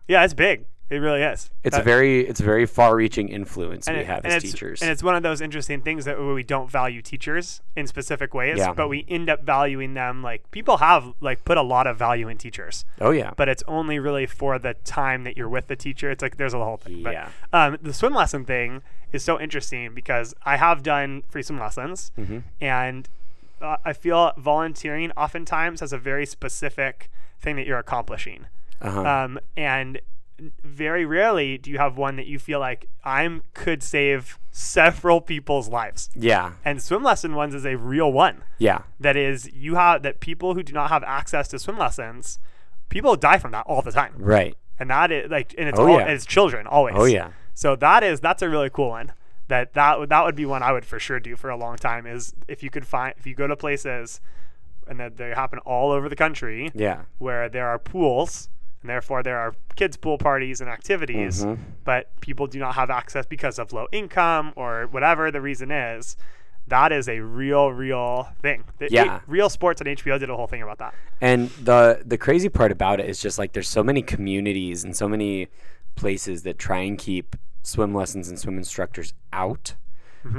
Speaker 2: Yeah, it's big. It really is. Uh,
Speaker 1: it's
Speaker 2: That-
Speaker 1: a very it's a very far-reaching influence we
Speaker 2: it-
Speaker 1: have as
Speaker 2: it's,
Speaker 1: teachers.
Speaker 2: And it's one of those interesting things that we don't value teachers in specific ways,
Speaker 1: Yeah.
Speaker 2: but we end up valuing them. Like people have like put a lot of value in teachers,
Speaker 1: oh yeah.
Speaker 2: but it's only really for the time that you're with the teacher. It's like there's a whole thing.
Speaker 1: Yeah.
Speaker 2: But, um, the swim lesson thing is so interesting because I have done free swim lessons,
Speaker 1: Mm-hmm.
Speaker 2: and uh, I feel volunteering oftentimes has a very specific thing that you're accomplishing
Speaker 1: uh-huh.
Speaker 2: um, and very rarely do you have one that you feel like I'm could save several people's lives.
Speaker 1: yeah.
Speaker 2: And swim lesson ones is a real one.
Speaker 1: Yeah.
Speaker 2: That is, you have that people who do not have access to swim lessons, people die from that all the time.
Speaker 1: Right.
Speaker 2: And that is like, and it's
Speaker 1: Oh,
Speaker 2: all
Speaker 1: yeah.
Speaker 2: it's children always.
Speaker 1: Oh, yeah.
Speaker 2: So that is that's a really cool one. That that would- that would be one I would for sure do for a long time. Is if you could find if you go to places, and that they happen all over the country
Speaker 1: Yeah.
Speaker 2: where there are pools and therefore there are kids pool parties and activities
Speaker 1: Mm-hmm.
Speaker 2: but people do not have access because of low income or whatever the reason is that is a real real thing The- E,
Speaker 1: Yeah.
Speaker 2: real sports on hbo did a whole thing about that
Speaker 1: And the the crazy part about it is just like there's so many communities and so many places that try and keep swim lessons and swim instructors out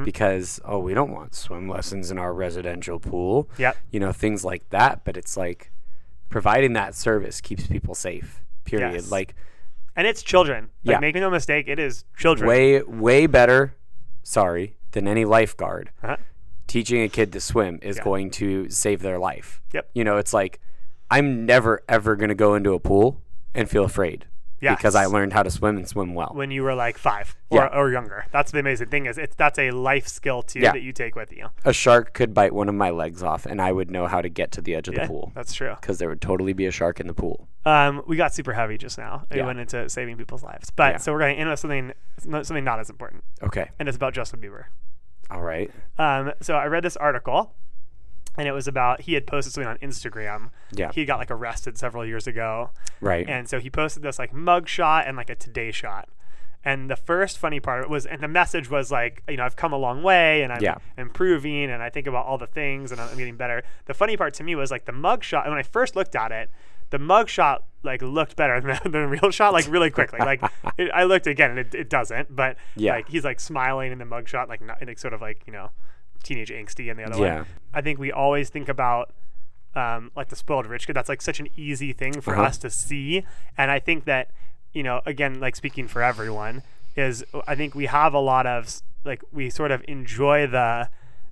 Speaker 1: because oh we don't want swim lessons in our residential pool.
Speaker 2: Yep.
Speaker 1: You know, things like that, but it's like providing that service keeps people safe. Period.
Speaker 2: Yes.
Speaker 1: Like
Speaker 2: and it's children like
Speaker 1: Yeah.
Speaker 2: make no mistake it is children
Speaker 1: way way better, sorry, than any lifeguard.
Speaker 2: Uh-huh.
Speaker 1: Teaching a kid to swim is going to save their life.
Speaker 2: Yep.
Speaker 1: You know, it's like I'm never ever going to go into a pool and feel afraid.
Speaker 2: Yes.
Speaker 1: because I learned how to swim and swim well.
Speaker 2: when you were like five or,
Speaker 1: Yeah.
Speaker 2: or younger. That's the amazing thing is it's that's a life skill too
Speaker 1: Yeah.
Speaker 2: that you take with you.
Speaker 1: a shark could bite one of my legs off, and I would know how to get to the edge of
Speaker 2: Yeah,
Speaker 1: the pool
Speaker 2: that's true.
Speaker 1: because there would totally be a shark in the pool.
Speaker 2: Um, we got super heavy just now. We
Speaker 1: Yeah.
Speaker 2: went into saving people's lives, but
Speaker 1: Yeah.
Speaker 2: so we're going to end with something something not as important,
Speaker 1: Okay,
Speaker 2: and it's about Justin Bieber.
Speaker 1: all right.
Speaker 2: Um, so I read this article, and it was about he had posted something on Instagram.
Speaker 1: Yeah.
Speaker 2: he got like arrested several years ago,
Speaker 1: Right.
Speaker 2: and so he posted this like mug shot and like a Today shot. And the first funny part of it was, and the message was like, you know, I've come a long way, and I'm
Speaker 1: Yeah.
Speaker 2: improving, and I think about all the things, and I'm getting better. The funny part to me was like the mug shot. When I first looked at it, the mug shot like looked better than the, the real shot, like really quickly. Like it, I looked again, and it, it doesn't. But
Speaker 1: Yeah.
Speaker 2: like he's like smiling in the mug shot, like not, like sort of like you know, teenage angsty, and the other
Speaker 1: Yeah.
Speaker 2: one. I think we always think about um, like the spoiled rich kid. That's like such an easy thing for
Speaker 1: Uh-huh.
Speaker 2: us to see, and I think that you know, again, like speaking for everyone, is I think we have a lot of s- like we sort of enjoy the.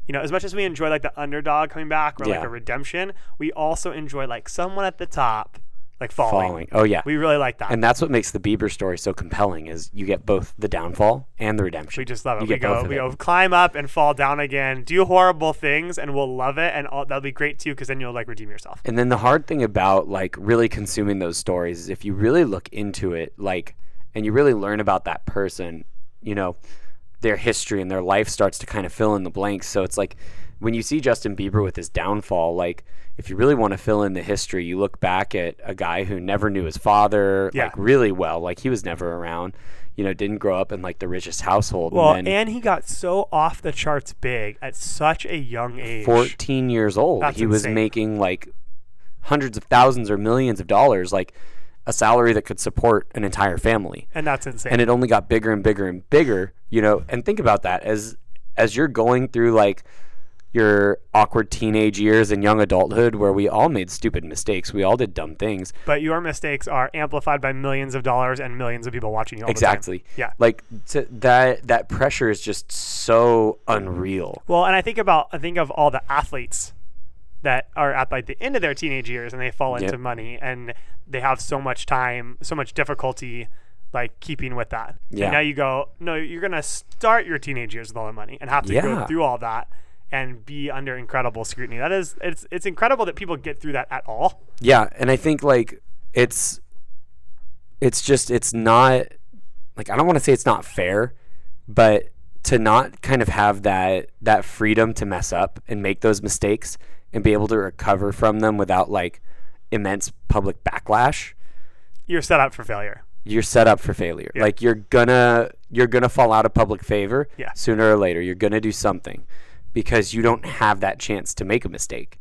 Speaker 2: You know, as much as we enjoy like the underdog coming back or like
Speaker 1: Yeah.
Speaker 2: a redemption, we also enjoy like someone at the top, like falling.
Speaker 1: Falling. Oh yeah.
Speaker 2: We really like that.
Speaker 1: and that's what makes the Bieber story so compelling is you get both the downfall and the redemption.
Speaker 2: We just love it.
Speaker 1: You
Speaker 2: We
Speaker 1: get both
Speaker 2: go,
Speaker 1: of
Speaker 2: we
Speaker 1: it.
Speaker 2: go climb up and fall down again, do horrible things, and we'll love it, and all, that'll be great too, because then you'll like redeem yourself.
Speaker 1: And then the hard thing about like really consuming those stories is if you really look into it, like, and you really learn about that person, you know, their history and their life starts to kind of fill in the blanks. So it's like when you see Justin Bieber with his downfall, like, if you really want to fill in the history, you look back at a guy who never knew his father,
Speaker 2: Yeah.
Speaker 1: like, really well. Like, he was never around, you know, didn't grow up in like the richest household.
Speaker 2: Well,
Speaker 1: and
Speaker 2: and,
Speaker 1: then
Speaker 2: he got so off the charts big at such a young age.
Speaker 1: 14 years old,
Speaker 2: That's
Speaker 1: he was
Speaker 2: insane.
Speaker 1: making like hundreds of thousands or millions of dollars, like a salary that could support an entire family.
Speaker 2: and that's insane.
Speaker 1: And it only got bigger and bigger and bigger, you know. And think about that as as you're going through like your awkward teenage years and young adulthood where we all made stupid mistakes, we all did dumb things.
Speaker 2: but your mistakes are amplified by millions of dollars and millions of people watching you all
Speaker 1: Exactly.
Speaker 2: the time. Yeah.
Speaker 1: Like to, that that pressure is just so unreal.
Speaker 2: Well, and I think about I think of all the athletes that are at like the end of their teenage years and they fall into
Speaker 1: Yep.
Speaker 2: money and they have so much time, so much difficulty like keeping with that. And
Speaker 1: Yeah.
Speaker 2: now you go, no, you're gonna start your teenage years with all the money and have to go
Speaker 1: Yeah.
Speaker 2: through all that and be under incredible scrutiny. That is it's it's incredible that people get through that at all.
Speaker 1: Yeah, and I think like it's it's just it's not like I don't want to say it's not fair, but to not kind of have that that freedom to mess up and make those mistakes and be able to recover from them without like immense public backlash,
Speaker 2: You're set up for failure.
Speaker 1: you're set up for failure. Like you're gonna you're gonna fall out of public favor
Speaker 2: Yeah.
Speaker 1: sooner or later. You're gonna do something because you don't have that chance to make a mistake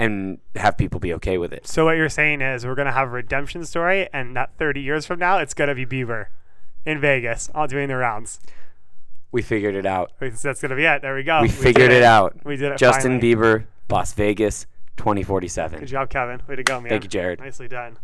Speaker 1: and have people be okay with it.
Speaker 2: So what you're saying is we're gonna have a redemption story and not thirty years from now it's gonna be Bieber in Vegas, all doing the rounds.
Speaker 1: We figured it out.
Speaker 2: Wait, so That's gonna be it. There we go.
Speaker 1: We, figured
Speaker 2: did
Speaker 1: it out.
Speaker 2: We did it.
Speaker 1: Justin
Speaker 2: finally.
Speaker 1: Bieber, Las Vegas, 2047.
Speaker 2: Good job, Kevin. Way to go, man.
Speaker 1: Thank you, Jared.
Speaker 2: Nicely done.